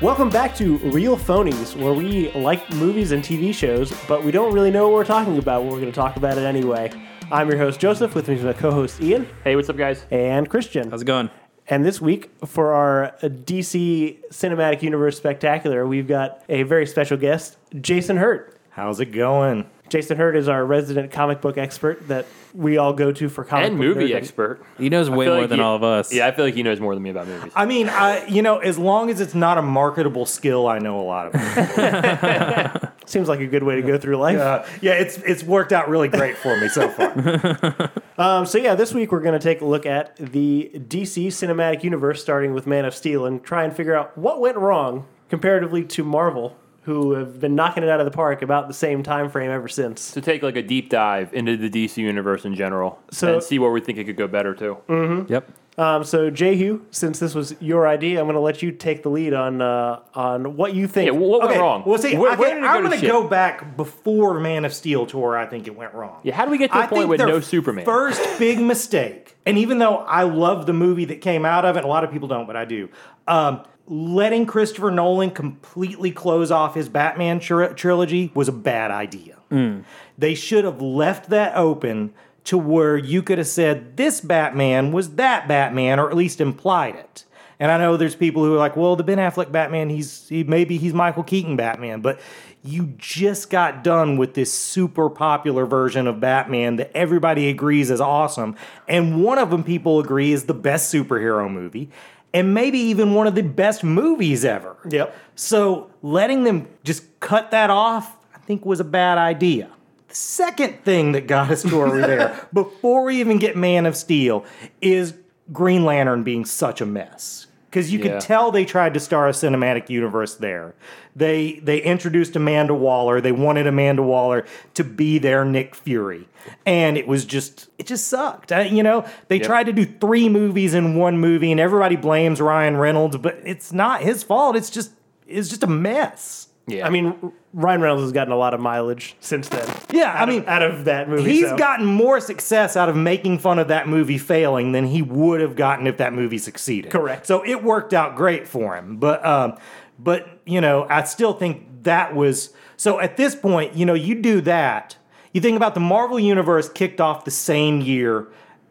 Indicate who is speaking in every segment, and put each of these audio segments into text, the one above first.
Speaker 1: Welcome back to Real Phonies, where we like movies and TV shows, but we don't really know what we're talking about, but we're going to talk about it anyway. I'm your host, Joseph. With me is my co host, Ian
Speaker 2: Hey, what's up, guys?
Speaker 1: and Christian.
Speaker 3: How's it going?
Speaker 1: And this week, for our DC Cinematic Universe Spectacular, we've got a very special guest, Jason Hurt.
Speaker 4: How's it going?
Speaker 1: Jason Hurt is our resident comic book expert that we all go to for comic
Speaker 2: And
Speaker 1: book
Speaker 2: movie
Speaker 1: nerding.
Speaker 2: expert.
Speaker 3: He knows way
Speaker 2: feel
Speaker 3: more
Speaker 2: like
Speaker 3: than
Speaker 2: you-
Speaker 3: all of us.
Speaker 2: Yeah, I feel like he knows more than me about movies.
Speaker 4: I mean, I you know, as long as it's not a marketable skill, I know a lot of it.
Speaker 1: Seems like a good way to go through life.
Speaker 4: Uh, yeah, it's it's worked out really great for me so far.
Speaker 1: Um, so yeah, this week we're going to take a look at the DC cinematic universe, starting with Man of Steel, and try and figure out what went wrong comparatively to Marvel, who have been knocking it out of the park about the same time frame ever since.
Speaker 2: To take like a deep dive into the DC universe in general,
Speaker 1: So-
Speaker 2: and see where we think it could go better too.
Speaker 3: Yep.
Speaker 1: Um, so Jehu, since this was your idea, I'm going to let you take the lead on uh, on what you think.
Speaker 2: Yeah, what went
Speaker 4: Okay,
Speaker 2: wrong?
Speaker 4: Well, see,
Speaker 2: where,
Speaker 4: okay,
Speaker 2: where did it
Speaker 4: I'm
Speaker 2: go to
Speaker 4: going to
Speaker 2: shit?
Speaker 4: go back before Man of Steel to where I think it went wrong.
Speaker 2: Yeah, how do we get to a
Speaker 4: I
Speaker 2: point
Speaker 4: think
Speaker 2: with
Speaker 4: their
Speaker 2: no Superman?
Speaker 4: First big mistake, and even though I love the movie that came out of it, a lot of people don't, but I do. Um, letting Christopher Nolan completely close off his Batman tri- trilogy was a bad idea.
Speaker 2: Mm.
Speaker 4: They should have left that open to where you could have said this Batman was that Batman, or at least implied it. And I know there's people who are like, well, the Ben Affleck Batman, he's he, maybe he's Michael Keaton Batman, but you just got done with this super popular version of Batman that everybody agrees is awesome, and one of them people agree is the best superhero movie, and maybe even one of the best movies ever.
Speaker 1: Yep.
Speaker 4: So letting them just cut that off, I think, was a bad idea. The second thing that got us to where we're there, before we even get Man of Steel, is Green Lantern being such a mess. Because you
Speaker 2: Yeah.
Speaker 4: could tell they tried to star a cinematic universe there. They they introduced Amanda Waller. They wanted Amanda Waller to be their Nick Fury, and it was just it just sucked. I, you know, they tried to do three movies in one movie, and everybody blames Ryan Reynolds, but it's not his fault. It's just it's just a mess.
Speaker 2: yeah,
Speaker 1: I mean, Ryan Reynolds has gotten a lot of mileage since then.
Speaker 4: Yeah, I mean,
Speaker 1: out of that movie,
Speaker 4: He's
Speaker 1: so-
Speaker 4: gotten more success out of making fun of that movie failing than he would have gotten if that movie succeeded.
Speaker 1: Correct.
Speaker 4: So it worked out great for him. But um, but you know, I still think that was so. At this point, you know, you do that. You think about the Marvel universe kicked off the same year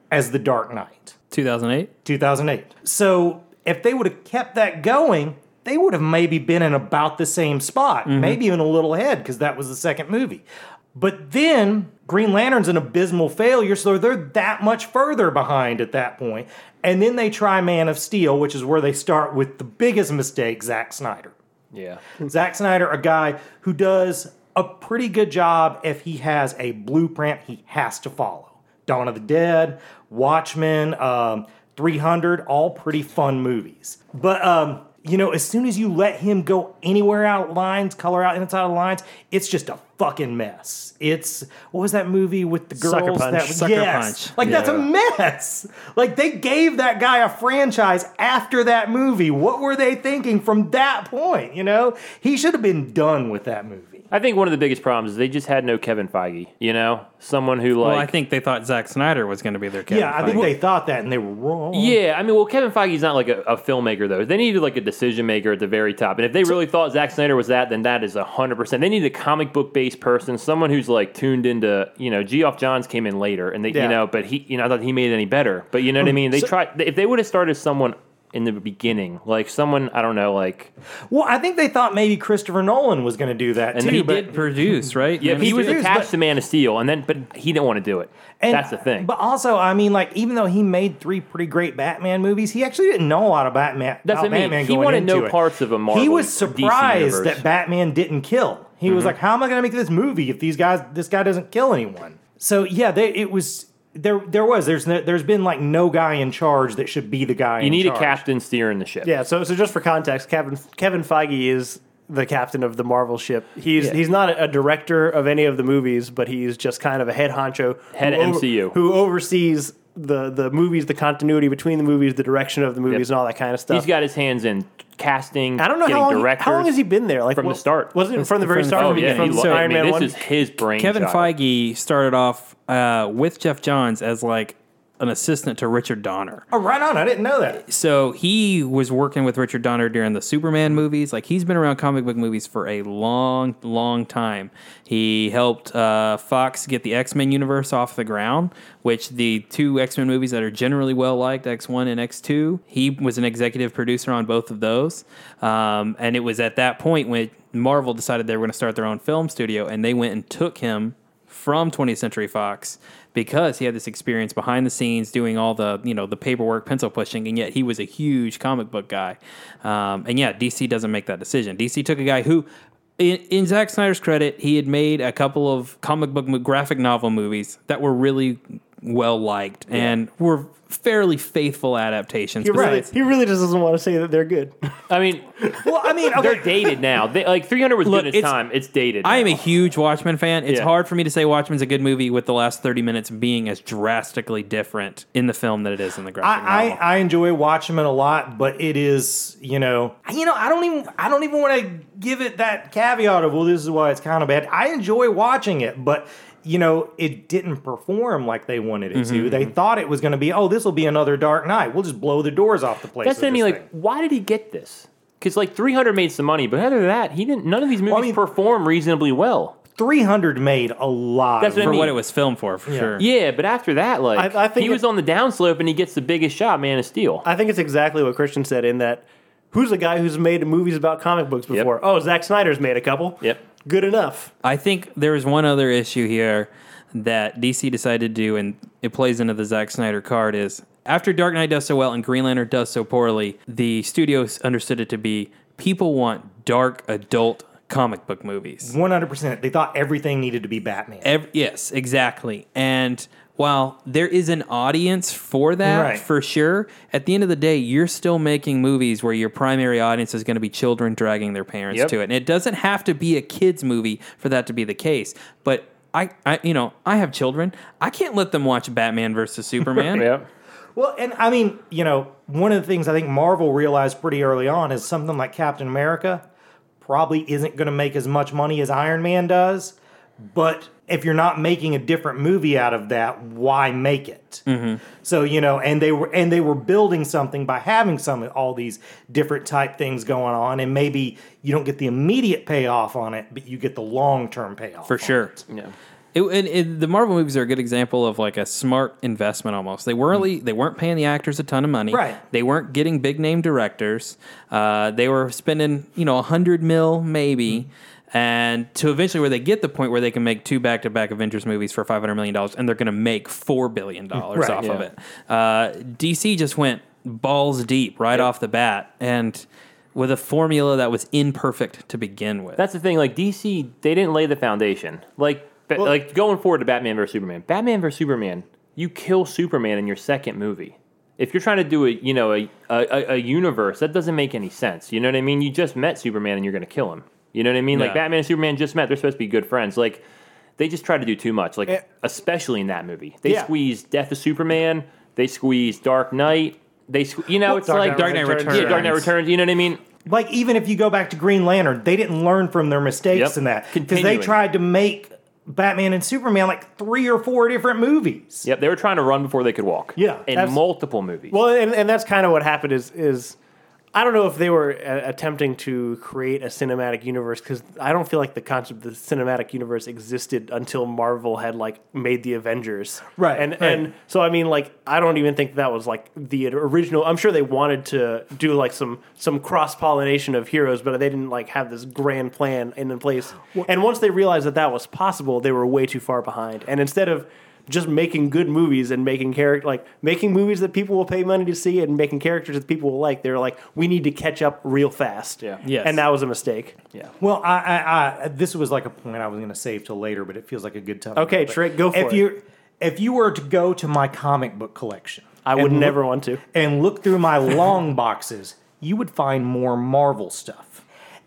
Speaker 4: as the Dark Knight.
Speaker 3: 2008.
Speaker 4: 2008. So if they would have kept that going, they would have maybe been in about the same spot, maybe even a little ahead, because that was the second movie. But then Green Lantern's an abysmal failure, so they're that much further behind at that point. And then they try Man of Steel, which is where they start with the biggest mistake Zack Snyder.
Speaker 2: yeah,
Speaker 4: Zack Snyder, a guy who does a pretty good job if he has a blueprint he has to follow. Dawn of the Dead, Watchmen, um, 300, all pretty fun movies. But, um, you know, as soon as you let him go anywhere out of lines, color out inside of lines, it's just a fucking mess. It's what was that movie with the girls
Speaker 1: Sucker Punch.
Speaker 4: that was
Speaker 3: Sucker
Speaker 4: yes.
Speaker 3: Punch.
Speaker 4: Like that's a mess. Like they gave that guy a franchise after that movie. What were they thinking from that point? You know, he should have been done with that movie.
Speaker 2: I think one of the biggest problems is they just had no Kevin Feige. You know, someone who like
Speaker 3: well, I think they thought Zack Snyder was going to be their Kevin.
Speaker 4: yeah, I think
Speaker 3: Feige.
Speaker 4: they thought that and they were wrong.
Speaker 2: Yeah, I mean, well, Kevin Feige's not like a, a filmmaker though. They needed like a decision maker at the very top. And if they really thought Zack Snyder was that, then that is hundred percent. They need a comic book based person, someone who's like tuned into you know. Geoff Johns came in later, and they
Speaker 4: Yeah.
Speaker 2: you know, but he you know I thought he made it any better. But you know what
Speaker 1: Mm-hmm.
Speaker 2: I mean? They tried if they would have started someone in the beginning, like someone I don't know, like
Speaker 4: Well, I think they thought maybe Christopher Nolan was going to do that too.
Speaker 3: he
Speaker 4: but,
Speaker 3: did produce, right?
Speaker 2: yeah,
Speaker 3: Man,
Speaker 2: he was
Speaker 4: produced,
Speaker 2: attached
Speaker 4: but-
Speaker 2: to Man of Steel, and then but he didn't want to do it.
Speaker 4: and-
Speaker 2: That's the thing.
Speaker 4: But also, I mean, like even though he made three pretty great Batman movies, he actually didn't know a lot of Batman.
Speaker 2: That's
Speaker 4: about
Speaker 2: what I mean.
Speaker 4: Batman
Speaker 2: He
Speaker 4: going
Speaker 2: wanted
Speaker 4: into
Speaker 2: no
Speaker 4: it.
Speaker 2: parts of a Marvel
Speaker 4: He was
Speaker 2: DC universe. Mm-hmm.
Speaker 4: surprised that Batman didn't kill. He was like, "How am I going to make this movie if these guys, this guy doesn't kill anyone?" So yeah, they, it was there. There was there's no, there's been like no guy in charge that should be the guy.
Speaker 2: you
Speaker 4: in
Speaker 2: need
Speaker 4: charge.
Speaker 2: a captain steering the ship.
Speaker 1: Yeah, so so just for context, Kevin Kevin Feige is the captain of the Marvel ship. He's he's not a director of any of the movies, but he's just kind of a head honcho,
Speaker 2: Head
Speaker 1: who over-
Speaker 2: MCU.
Speaker 1: who oversees the the movies, the continuity between the movies, the direction of the movies,
Speaker 2: Yep.
Speaker 1: and all that kind of stuff.
Speaker 2: He's got his hands in casting.
Speaker 1: I don't know
Speaker 2: getting
Speaker 1: how long,
Speaker 2: directors.
Speaker 1: how long has he been there? Like
Speaker 2: from the
Speaker 1: what-
Speaker 2: start.
Speaker 1: wasn't it from the very
Speaker 3: From-
Speaker 1: start?
Speaker 2: Oh
Speaker 1: when he-
Speaker 2: yeah,
Speaker 1: from
Speaker 2: he lo- I
Speaker 1: Iron
Speaker 2: mean,
Speaker 1: Man
Speaker 2: this
Speaker 1: one.
Speaker 2: is his brain.
Speaker 3: Kevin
Speaker 2: child.
Speaker 3: Feige started off uh, with Jeff Johns as like an assistant to Richard Donner.
Speaker 4: Oh, right on. I didn't know that.
Speaker 3: So he was working with Richard Donner during the Superman movies. Like he's been around comic book movies for a long, long time. He helped uh, Fox get the X Men universe off the ground, which the two X Men movies that are generally well liked, X One and X Two. He was an executive producer on both of those, um, and it was at that point when Marvel decided they were going to start their own film studio, and they went and took him from 20th Century Fox because he had this experience behind the scenes doing all the you know the paperwork, pencil pushing, and yet he was a huge comic book guy. Um, and yeah, DC doesn't make that decision. DC took a guy who. In, in Zack Snyder's credit, he had made a couple of comic book mo- graphic novel movies that were really well liked and were fairly faithful adaptations.
Speaker 1: He really,
Speaker 3: besides-
Speaker 1: he really just doesn't want to say that they're good.
Speaker 2: I mean,
Speaker 4: Well, I mean, okay.
Speaker 2: they're dated now. They, like 300 was good
Speaker 3: Look,
Speaker 2: in its,
Speaker 3: it's-
Speaker 2: time. It's dated.
Speaker 3: I am a
Speaker 2: now.
Speaker 3: huge Watchmen fan. It's
Speaker 2: Yeah.
Speaker 3: hard for me to say Watchmen's a good movie with the last 30 minutes being as drastically different in the film than it is in the graphic
Speaker 4: I, I,
Speaker 3: novel.
Speaker 4: I enjoy Watchmen a lot, but it is you know you know I don't even I don't even want to give it that caveat of well this is why it's kind of bad. I enjoy watching it, but you know it didn't perform like they wanted it to. They thought it was going to be oh this will be another Dark Knight. We'll just blow the doors off the place.
Speaker 2: That's
Speaker 4: with
Speaker 2: what I mean.
Speaker 4: this
Speaker 2: Like,
Speaker 4: thing.
Speaker 2: why did he get this? Because like 300 made some money, but other than that, he didn't. None of these movies
Speaker 4: mean-
Speaker 2: perform reasonably well.
Speaker 4: 300 made a lot.
Speaker 2: That's
Speaker 4: of
Speaker 2: what
Speaker 3: for
Speaker 2: I mean.
Speaker 3: what it was filmed for, for sure.
Speaker 2: Yeah, but after that, like
Speaker 1: I- I think
Speaker 2: he was
Speaker 1: it-
Speaker 2: on the downslope and he gets the biggest shot, Man of Steel.
Speaker 1: I think it's exactly what Christian said in that who's the guy who's made movies about comic books before? Oh, Zack Snyder's made a couple.
Speaker 2: Yep.
Speaker 1: Good enough.
Speaker 3: I think there is one other issue here that DC decided to do, and it plays into the Zack Snyder card. Is after Dark Knight does so well and Green Lantern does so poorly, the studios understood it to be people want dark adult comic book movies.
Speaker 4: 100%. They thought everything needed to be Batman.
Speaker 3: Ev- yes, exactly. And while there is an audience for that,
Speaker 4: Right.
Speaker 3: for sure, at the end of the day, you're still making movies where your primary audience is going to be children dragging their parents
Speaker 2: Yep.
Speaker 3: to it. And it doesn't have to be a kids' movie for that to be the case. But I, I you know, I have children. I can't let them watch Batman versus Superman.
Speaker 2: Yep.
Speaker 4: Well, and I mean, you know, one of the things I think Marvel realized pretty early on is something like Captain America probably isn't going to make as much money as Iron Man does. But if you're not making a different movie out of that, why make it?
Speaker 3: Mm-hmm.
Speaker 4: So you know, and they were and they were building something by having some all these different type things going on, and maybe you don't get the immediate payoff on it, but you get the long term payoff
Speaker 3: For sure.
Speaker 2: Yeah.
Speaker 3: It, and it, the Marvel movies are a good example of like a smart investment almost. They weren't
Speaker 2: Mm.
Speaker 3: really, they weren't paying the actors a ton of money.
Speaker 4: Right.
Speaker 3: They weren't getting big name directors. Uh, they were spending you know a hundred mil
Speaker 2: Mm.
Speaker 3: maybe, and to eventually where they get the point where they can make two back to back Avengers movies for five hundred million dollars, and they're going to make four billion dollars
Speaker 4: Right,
Speaker 3: off of
Speaker 2: yeah.
Speaker 3: it. Uh, DC just went balls deep right off the bat, and with a formula that was imperfect to begin with.
Speaker 2: That's the thing. Like DC, they didn't lay the foundation. Like, ba- like going forward to Batman vs Superman. Batman vs Superman. You kill Superman in your second movie. If you're trying to do a, you know, a, a- a, a universe, that doesn't make any sense. You know what I mean? You just met Superman and you're going to kill him. You know what I mean? Like
Speaker 3: Yeah.
Speaker 2: Batman and Superman just met. They're supposed to be good friends. Like they just tried to do too much. Like especially in that movie, they
Speaker 1: Yeah.
Speaker 2: squeezed Death of Superman. They squeezed Dark Knight. They, sque- you know, it's
Speaker 1: Dark
Speaker 2: like
Speaker 1: Knight
Speaker 3: Dark Knight Returns.
Speaker 2: Yeah, Dark Knight Returns. You know what I mean?
Speaker 4: like even if you go back to Green Lantern, they didn't learn from their mistakes
Speaker 2: Yep.
Speaker 4: in that because they
Speaker 2: Continuing.
Speaker 4: tried to make Batman and Superman like three or four different movies.
Speaker 2: Yep, they were trying to run before they could walk.
Speaker 1: Yeah,
Speaker 2: in
Speaker 1: abs-
Speaker 2: multiple movies.
Speaker 1: Well, and, and that's kind of what happened is is I don't know if they were uh, attempting to create a cinematic universe because I don't feel like the concept of the cinematic universe existed until Marvel had like made the Avengers,
Speaker 4: Right,
Speaker 1: And
Speaker 4: right.
Speaker 1: and so I mean, like I don't even think that was like the original. I'm sure they wanted to do like some some cross pollination of heroes, but they didn't like have this grand plan in place. and once they realized that that was possible, they were way too far behind. And instead of just making good movies and making character like making movies that people will pay money to see and making characters that people will like, they're like, we need to catch up real fast.
Speaker 2: Yeah.
Speaker 3: Yes.
Speaker 1: And that was a mistake.
Speaker 2: yeah.
Speaker 4: Well, I, I, I this was like a point I was going to save till later, but it feels like a good time.
Speaker 1: Okay,
Speaker 4: But
Speaker 1: Trick, go for
Speaker 4: if
Speaker 1: it.
Speaker 4: you if you were to go to my comic book collection,
Speaker 1: I would
Speaker 4: and
Speaker 1: never
Speaker 4: look-
Speaker 1: want to.
Speaker 4: and look through my long boxes, you would find more Marvel stuff.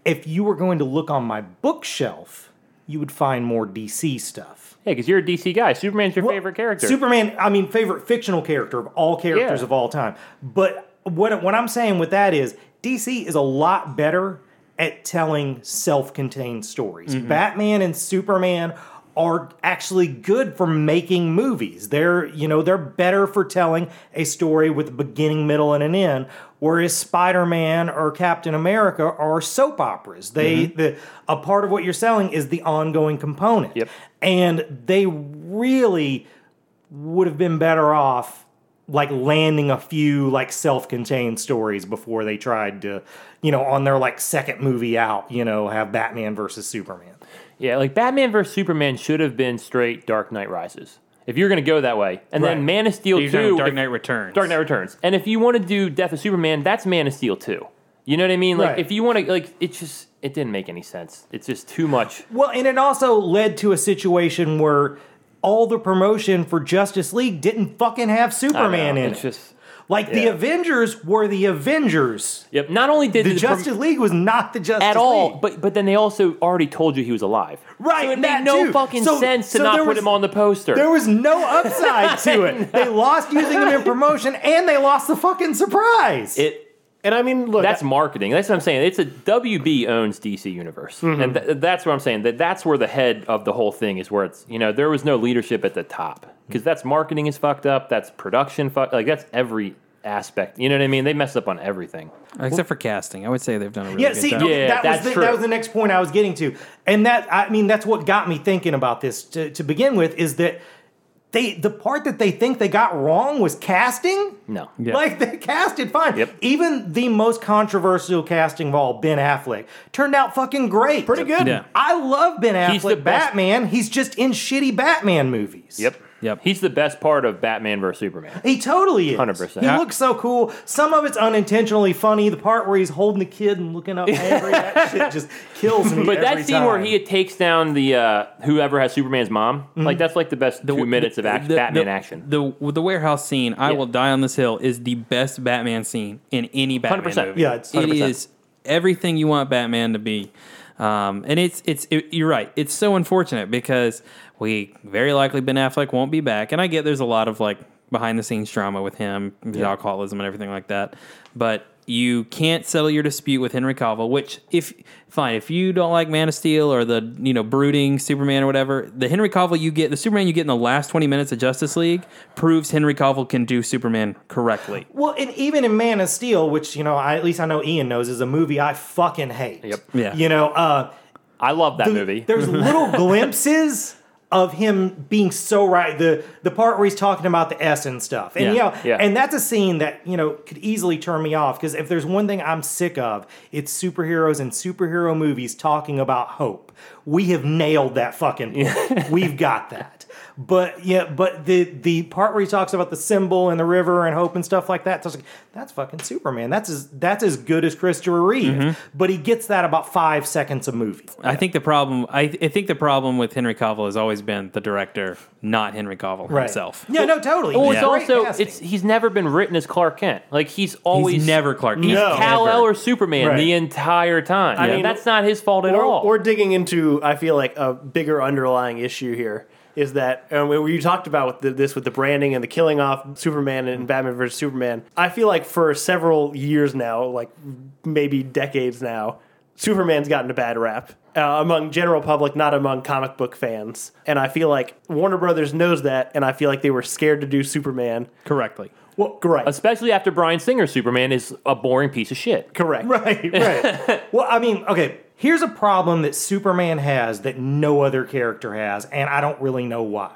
Speaker 4: If you were going to look on my bookshelf, you would find more DC stuff.
Speaker 2: Yeah, because you're a DC guy. Superman's your
Speaker 4: Well,
Speaker 2: favorite character.
Speaker 4: Superman, I mean, favorite fictional character of all characters
Speaker 2: Yeah.
Speaker 4: of all time. But what what I'm saying with that is DC is a lot
Speaker 2: Mm-hmm.
Speaker 4: better at telling self-contained stories. Batman and Superman are actually good for making movies. They're, you know, they're better for telling a story with a beginning, middle, and an end. Whereas Spider-Man or Captain America are soap operas. They
Speaker 2: Mm-hmm.
Speaker 4: the a part of what you're selling is the ongoing component.
Speaker 2: Yep.
Speaker 4: And they really would have been better off like landing a few like self-contained stories before they tried to, you know, on their like second movie out, you know, have Batman versus Superman.
Speaker 2: Yeah, like Batman versus Superman should have been straight Dark Knight Rises. If you're going to go that way. And
Speaker 4: Right.
Speaker 2: then Man of Steel
Speaker 3: You're talking
Speaker 2: 2.
Speaker 3: about Dark
Speaker 2: if-
Speaker 3: Knight Returns.
Speaker 2: Dark Knight Returns. And if you want to do Death of Superman, that's Man of Steel 2. You know what I mean? Like
Speaker 4: Right.
Speaker 2: if you want to like it just it didn't make any sense. It's just too much.
Speaker 4: Well, and it also led to a situation where all the promotion for Justice League didn't fucking have
Speaker 2: I don't
Speaker 4: Superman
Speaker 2: know.
Speaker 4: in it.
Speaker 2: It's just
Speaker 4: like the
Speaker 2: yeah.
Speaker 4: Avengers were the Avengers.
Speaker 2: Yep. Not only did
Speaker 4: The
Speaker 2: the prom-
Speaker 4: Justice League was not the Justice
Speaker 2: at all,
Speaker 4: League.
Speaker 2: but but then they also already told you he was alive.
Speaker 4: Right,
Speaker 2: So it
Speaker 4: that
Speaker 2: made no
Speaker 4: too.
Speaker 2: fucking
Speaker 4: So-
Speaker 2: sense to
Speaker 4: so
Speaker 2: not
Speaker 4: there
Speaker 2: put
Speaker 4: was-
Speaker 2: him on the poster.
Speaker 4: There was no upside to it. They lost using them in promotion, and they lost the fucking surprise.
Speaker 2: it
Speaker 1: And I mean, look,
Speaker 2: that's marketing. That's what I'm saying. It's a WB owns DC Universe, and th- that's what I'm saying. That that's where the head of the whole thing is. Where it's you know there was no leadership at the top because that's marketing is fucked up. That's production fucked. Like that's every aspect. You know what I mean? They messed up on everything.
Speaker 3: Except for casting. I would say they've done a really
Speaker 4: Yeah,
Speaker 3: good
Speaker 4: see,
Speaker 3: job.
Speaker 2: Yeah,
Speaker 4: that,
Speaker 2: that's
Speaker 4: was the,
Speaker 2: true.
Speaker 4: that was the next point I was getting to. And that, I mean, that's what got me thinking about this to, to begin with is that they the part that they think they got wrong was casting.
Speaker 2: No.
Speaker 3: Yeah.
Speaker 4: Like they casted fine.
Speaker 2: Yep.
Speaker 4: Even the most controversial casting of all, Ben Affleck, turned out fucking great. Pretty
Speaker 1: good.
Speaker 3: Yeah.
Speaker 4: I love Ben Affleck.
Speaker 2: He's the best-
Speaker 4: Batman. He's just in shitty Batman movies.
Speaker 2: Yep.
Speaker 3: Yep.
Speaker 2: He's the best part of Batman vs Superman.
Speaker 4: He totally is.
Speaker 2: 100%.
Speaker 4: He
Speaker 2: Yeah.
Speaker 4: looks so cool. Some of it's unintentionally funny. The part where he's holding the kid and looking up angry, that shit just kills me.
Speaker 2: But
Speaker 4: every
Speaker 2: that scene where
Speaker 4: time.
Speaker 2: he takes down the uh, whoever has Superman's mom, like that's like the best two minutes of action,
Speaker 3: the-
Speaker 2: Batman
Speaker 3: the-
Speaker 2: action.
Speaker 3: The the warehouse scene, I
Speaker 2: Yeah.
Speaker 3: will die on this hill, is the best Batman scene in any Batman
Speaker 2: 100%.
Speaker 3: movie.
Speaker 4: Yeah, it's
Speaker 3: It
Speaker 2: 100%.
Speaker 3: is everything you want Batman to be. Um, and it's it's it, you're right. It's so unfortunate because we very likely Ben Affleck won't be back, and I get there's a lot of like behind the scenes drama with him, his alcoholism and everything like that. But you can't settle your dispute with Henry Cavill, which if fine if you don't like Man of Steel or the you know brooding Superman or whatever, the Henry Cavill you get the Superman you get in the last twenty minutes of Justice League proves Henry Cavill can do Superman correctly.
Speaker 4: Well, and even in Man of Steel, which you know, I, at least I know Ian knows, is a movie I fucking hate.
Speaker 2: Yep.
Speaker 3: Yeah.
Speaker 4: You know, uh,
Speaker 2: I love that
Speaker 4: the-
Speaker 2: movie.
Speaker 4: There's little glimpses of him being so right. The the part where he's talking about the S and stuff, and
Speaker 3: Yeah,
Speaker 4: yeah,
Speaker 2: yeah.
Speaker 4: and that's a scene that you know could easily turn me off because if there's one thing I'm sick of, it's superheroes and superhero movies talking about hope. We have nailed that fucking. point. We've got that. But yeah, but the the part where he talks about the symbol and the river and hope and stuff like that, so it's like, that's fucking Superman. That's as that's as good as Christopher Reeve.
Speaker 2: Mm-hmm.
Speaker 4: But he gets that about five seconds a movie.
Speaker 3: I think the problem. I, I think the problem with Henry Cavill has always been the director, not Henry Cavill himself.
Speaker 4: Yeah, no, totally.
Speaker 2: Well,
Speaker 4: He's
Speaker 2: Oh, it's
Speaker 4: great
Speaker 2: also
Speaker 4: casting.
Speaker 2: it's he's never been written as Clark Kent. Like he's always
Speaker 3: He's never Clark.
Speaker 2: he's
Speaker 3: Kent.
Speaker 2: Kal El
Speaker 3: Never.
Speaker 2: or Superman
Speaker 4: Right.
Speaker 2: the entire time. I
Speaker 1: mean-
Speaker 2: mean, that's not his fault at
Speaker 1: or,
Speaker 2: all.
Speaker 1: or digging into, I feel like a bigger underlying issue here is that and when you talked about with the, this with the branding and the killing off Superman and Batman versus Superman. I feel like for several years now, like maybe decades now, Superman's gotten a bad rap uh, among general public, not among comic book fans. And I feel like Warner Brothers knows that, and I feel like they were scared to do Superman.
Speaker 3: correctly.
Speaker 1: Well, great,
Speaker 2: Especially after Brian Singer's Superman is a boring piece of shit.
Speaker 1: correct.
Speaker 4: right, right. well, I mean, okay. Here's a problem that Superman has that no other character has, and I don't really know why.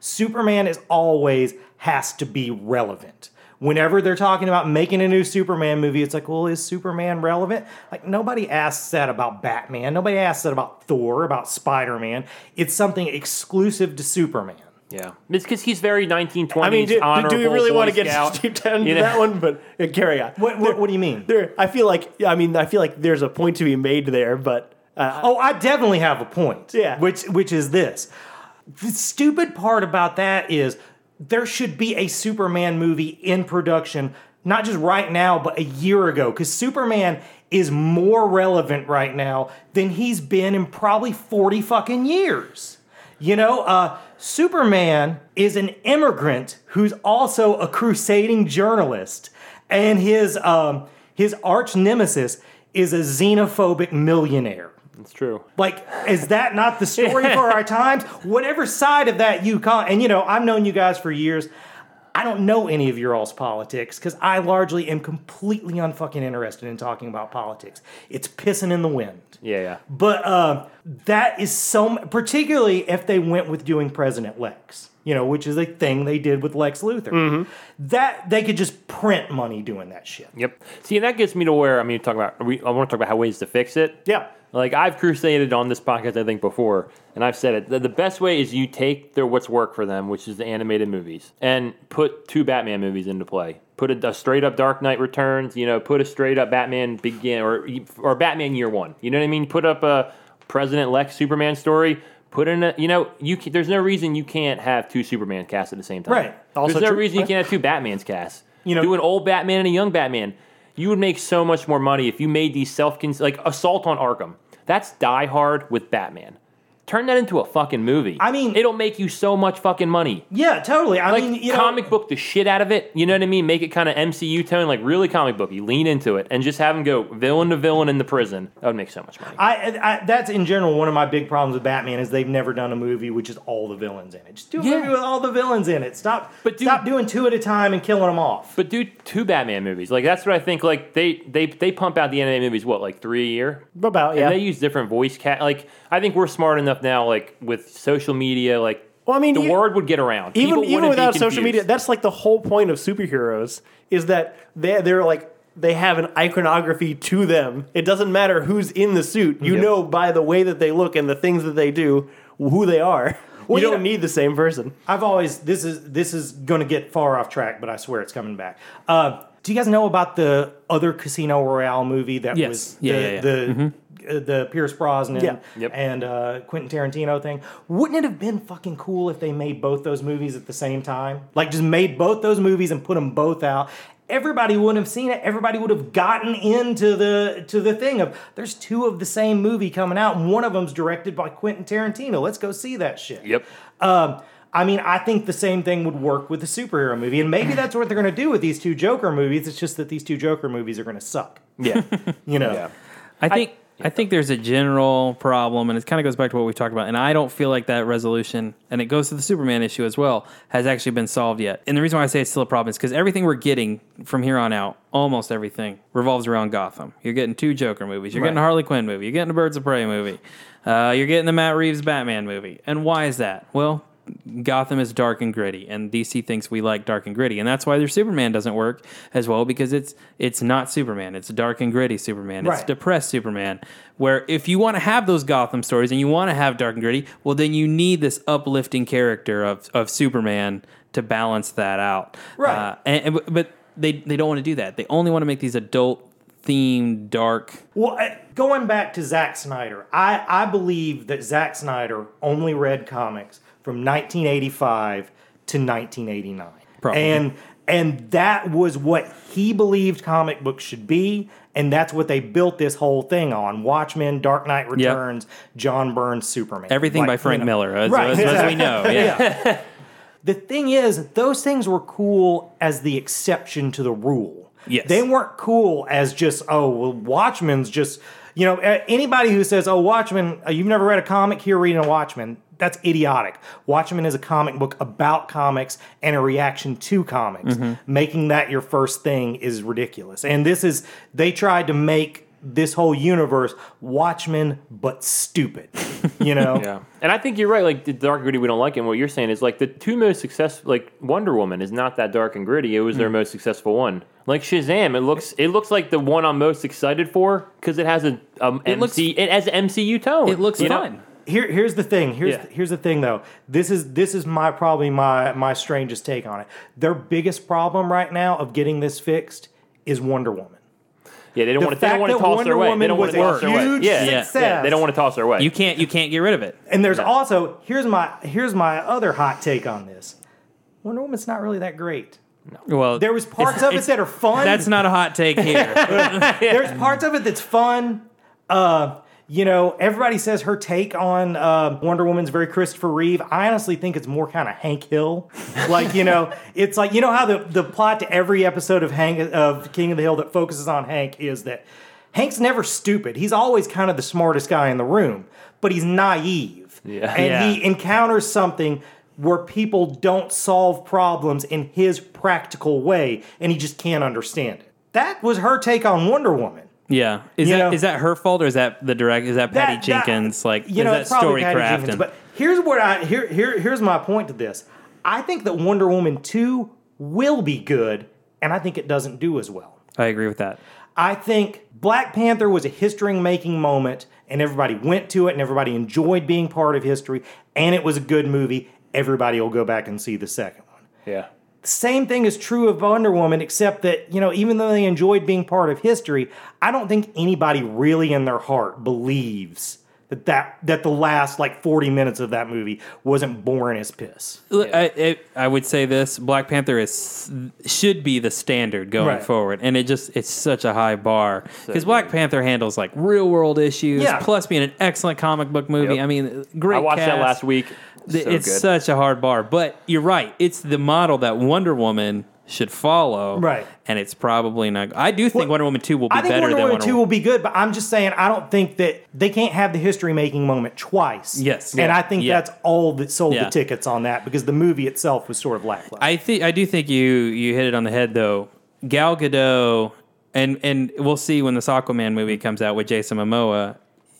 Speaker 4: Superman is always has to be relevant. Whenever they're talking about making a new Superman movie, it's like, well, is Superman relevant? Like nobody asks that about Batman. Nobody asks that about Thor, about Spider-Man. It's something exclusive to Superman.
Speaker 2: Yeah, it's because he's very 1920s.
Speaker 1: I mean, do, do- do we really want to get
Speaker 2: out?
Speaker 1: deep down into
Speaker 2: You know?
Speaker 1: that one? But uh, carry on.
Speaker 4: What, what, what do you mean?
Speaker 1: There, I feel like yeah, I mean I feel like there's a point to be made there, but uh,
Speaker 4: Oh, I definitely have a point.
Speaker 1: Yeah.
Speaker 4: Which which is this. The stupid part about that is there should be a Superman movie in production, not just right now, but a year ago, because Superman is more relevant right now than he's been in probably 40 fucking years. You know, uh, Superman is an immigrant who's also a crusading journalist, and his um, his arch nemesis is a xenophobic millionaire.
Speaker 2: It's true.
Speaker 4: Like, is that not the story for our times? Whatever side of that you con, and you know, I've known you guys for years. I don't know any of your all's politics because I largely am completely unfucking interested in talking about politics. It's pissing in the wind.
Speaker 2: Yeah, yeah.
Speaker 4: But uh, that is so, particularly if they went with doing President Lex, you know, which is a thing they did with Lex Luthor. That they could just print money doing that shit.
Speaker 2: Yep. See, and that gets me to where I mean, talk about. We, I want to talk about how ways to fix it.
Speaker 1: Yeah.
Speaker 2: Like I've crusaded on this podcast, I think before, and I've said it. The, the best way is you take their what's worked for them, which is the animated movies, and put two Batman movies into play. Put a, a straight up Dark Knight Returns. You know, put a straight up Batman Begin or or Batman Year One. You know what I mean? Put up a President Lex Superman story. Put in a you know you can, there's no reason you can't have two Superman casts at the same time.
Speaker 4: Right.
Speaker 1: Also
Speaker 2: there's no
Speaker 1: true.
Speaker 2: reason you can't have two Batman's casts. You
Speaker 4: You
Speaker 2: know,
Speaker 4: know-
Speaker 2: do an old Batman and a young Batman. You would make so much more money if you made these self like Assault on Arkham. That's Die Hard with Batman. Turn that into a fucking movie.
Speaker 4: I mean-
Speaker 2: it'll make you so much fucking money.
Speaker 4: Yeah, totally. I
Speaker 2: Like
Speaker 4: mean, you know,
Speaker 2: comic book the shit out of it. You know what I mean? Make it kind of MCU tone, like really comic booky. Lean into it and just have him go villain to villain in the prison. That would make so much money.
Speaker 4: I, I that's in general one of my big problems with Batman is they've never done a movie which is all the villains in it. Just do a
Speaker 2: Yeah.
Speaker 4: movie with all the villains in it. Stop,
Speaker 2: But do-
Speaker 4: stop doing two at a time and killing them off.
Speaker 2: But do two Batman movies. Like that's what I think. Like they they they pump out the anime movies. What like three a year?
Speaker 1: About yeah.
Speaker 2: And they use different voice cat. Like I think we're smart enough now. Like with social media, like
Speaker 1: Well, I mean,
Speaker 2: the
Speaker 1: you-
Speaker 2: word would get around.
Speaker 1: even
Speaker 2: People
Speaker 1: even
Speaker 2: wouldn't be
Speaker 1: without social
Speaker 2: confused.
Speaker 1: media, that's like the whole point of superheroes is that they they're like they have an iconography to them. It doesn't matter who's in the suit. You
Speaker 2: Yep.
Speaker 1: know by the way that they look and the things that they do who they are.
Speaker 4: Well,
Speaker 1: you
Speaker 4: you
Speaker 1: don't
Speaker 4: know-
Speaker 1: need the same person.
Speaker 4: I've always this is this is going to get far off track, but I swear it's coming back. Uh, do you guys know about the other Casino Royale movie that
Speaker 3: Yes.
Speaker 4: was
Speaker 3: Yeah,
Speaker 4: the
Speaker 3: yeah, Mm-hmm. yeah.
Speaker 4: the, uh, the Pierce Brosnan
Speaker 1: Yeah.
Speaker 2: Yep.
Speaker 4: and uh, Quentin Tarantino thing? Wouldn't it have been fucking cool if they made both those movies at the same time? Like just made both those movies and put them both out. Everybody would have seen it. Everybody would have gotten into the to the thing of there's two of the same movie coming out, and one of them's directed by Quentin Tarantino. Let's go see that shit.
Speaker 2: Yep.
Speaker 4: Um, I mean, I think the same thing would work with the superhero movie, and maybe that's what they're going to do with these two Joker movies. It's just that these two Joker movies are going to suck.
Speaker 2: Yeah.
Speaker 4: You know,
Speaker 2: Yeah.
Speaker 3: I think I, think there's a general problem, and it kind of goes back to what we talked about. And I don't feel like that resolution, and it goes to the Superman issue as well, has actually been solved yet. And the reason why I say it's still a problem is because everything we're getting from here on out, almost everything, revolves around Gotham. You're getting two Joker movies, you're getting a Harley Quinn movie, you're getting a Birds of Prey movie, uh, you're getting the Matt Reeves Batman movie. And why is that? Well, Gotham is dark and gritty, and DC thinks we like dark and gritty, and that's why their Superman doesn't work as well because it's it's not Superman. It's dark and gritty Superman. It's
Speaker 4: Right.
Speaker 3: depressed Superman. Where if you want to have those Gotham stories and you want to have dark and gritty, well then you need this uplifting character of of Superman to balance that out.
Speaker 4: Right.
Speaker 3: Uh, and, and- but they they don't want to do that. They only want to make these adult themed dark.
Speaker 4: Well, uh, going back to Zack Snyder, I, I believe that Zack Snyder only read comics from 1985 to 1989.
Speaker 3: Probably.
Speaker 4: And and that was what he believed comic books should be, and that's what they built this whole thing on. Watchmen, Dark Knight Returns, John Burns Superman.
Speaker 3: Everything
Speaker 4: Like,
Speaker 3: by
Speaker 4: you
Speaker 3: Frank
Speaker 4: know.
Speaker 3: Miller, as,
Speaker 4: Right.
Speaker 3: as- as we know. Yeah.
Speaker 4: The thing is, those things were cool as the exception to the rule.
Speaker 3: Yes.
Speaker 4: They weren't cool as just, oh, well, Watchmen's just, you know, a- anybody who says, oh, Watchmen, uh, you've never read a comic, here reading a Watchmen, that's idiotic. Watchmen is a comic book about comics and a reaction to comics. Making that your first thing is ridiculous. And this is, they tried to make this whole universe Watchmen, but stupid, you know?
Speaker 2: Yeah, and I think you're right. Like the dark and gritty, we don't like. And what you're saying is like the two most successful, like Wonder Woman, is not that dark and gritty. It was their most successful one. Like Shazam, it looks it looks like the one I'm most excited for because it has a um, MC
Speaker 3: looks-
Speaker 2: it has an MCU tone.
Speaker 3: It looks
Speaker 2: you know?
Speaker 3: fun.
Speaker 4: Here, here's the thing. Here's
Speaker 2: Yeah.
Speaker 4: here's the thing, though. This is this is my probably my my strangest take on it. Their biggest problem right now of getting this fixed is Wonder Woman.
Speaker 2: Yeah, they don't
Speaker 4: The
Speaker 2: want to. They don't
Speaker 4: fact
Speaker 2: want to
Speaker 4: that
Speaker 2: toss
Speaker 4: Wonder
Speaker 2: their way. They
Speaker 4: Woman
Speaker 2: don't want
Speaker 4: was
Speaker 2: to
Speaker 4: a
Speaker 2: toss their way.
Speaker 4: huge
Speaker 2: Yeah, yeah, yeah,
Speaker 4: success.
Speaker 2: they don't want to toss their way.
Speaker 3: You can't you can't get rid of it.
Speaker 4: And there's
Speaker 2: No.
Speaker 4: also here's my here's my other hot take on this. Wonder Woman's not really that great.
Speaker 3: Well,
Speaker 4: There was parts of it that are fun.
Speaker 3: that's not a hot take here.
Speaker 4: there's parts of it that's fun. Uh, you know, everybody says her take on uh, Wonder Woman's very Christopher Reeve. I honestly think it's more kind of Hank Hill. Like, you know, it's like you know how the the plot to every episode of Hank of King of the Hill that focuses on Hank is that Hank's never stupid. He's always kind of the smartest guy in the room, but he's naive.
Speaker 2: Yeah.
Speaker 4: And he encounters something where people don't solve problems in his practical way and he just can't understand it. That was her take on Wonder Woman.
Speaker 3: Yeah, is
Speaker 4: You
Speaker 3: that is
Speaker 4: know-
Speaker 3: that her fault or is that the direct? Is that Patty
Speaker 4: That- that-
Speaker 3: Jenkins? like,
Speaker 4: you
Speaker 3: is
Speaker 4: know,
Speaker 3: that
Speaker 4: it's probably
Speaker 3: story
Speaker 4: Patty
Speaker 3: craft?
Speaker 4: Jenkins,
Speaker 3: and-
Speaker 4: But here's what I here here here's my point to this. I think that Wonder Woman two will be good, and I think it doesn't do as well.
Speaker 3: I agree with that.
Speaker 4: I think Black Panther was a history making moment, and everybody went to it, and everybody enjoyed being part of history, and it was a good movie. Everybody will go back and see the second one
Speaker 2: Yeah.
Speaker 4: same thing is true of Wonder Woman, except that, you know, even though they enjoyed being part of history, I don't think anybody really in their heart believes that that, that the last like 40 minutes of that movie wasn't boring as piss.
Speaker 3: Look, I, it, I would say this: Black Panther is should be the standard going
Speaker 4: Right.
Speaker 3: forward, and it just it's such a high bar because Black Panther handles like real world issues,
Speaker 4: Yeah.
Speaker 3: plus being an excellent comic book movie.
Speaker 2: Yep.
Speaker 3: I mean, great.
Speaker 2: I watched that
Speaker 3: cast.
Speaker 2: last week.
Speaker 3: Th-
Speaker 2: So
Speaker 3: it's uh,
Speaker 2: good.
Speaker 3: such a hard bar, but you're right. It's the model that Wonder Woman should follow,
Speaker 4: Right.
Speaker 3: And it's probably not. I do think
Speaker 4: Well,
Speaker 3: Wonder Woman two will be
Speaker 4: I think
Speaker 3: better
Speaker 4: Wonder
Speaker 3: than
Speaker 4: Woman
Speaker 3: Wonder
Speaker 4: 2 will be good, but I'm just saying I don't think that they can't have the history making moment twice.
Speaker 3: Yes.
Speaker 4: And
Speaker 3: Yeah.
Speaker 4: I think
Speaker 3: Yeah.
Speaker 4: that's all that sold
Speaker 3: Yeah.
Speaker 4: the tickets on that because the movie itself was sort of lackluster.
Speaker 3: I think I do think you you hit it on the head though. Gal Gadot and and we'll see when this Aquaman movie comes out with Jason Momoa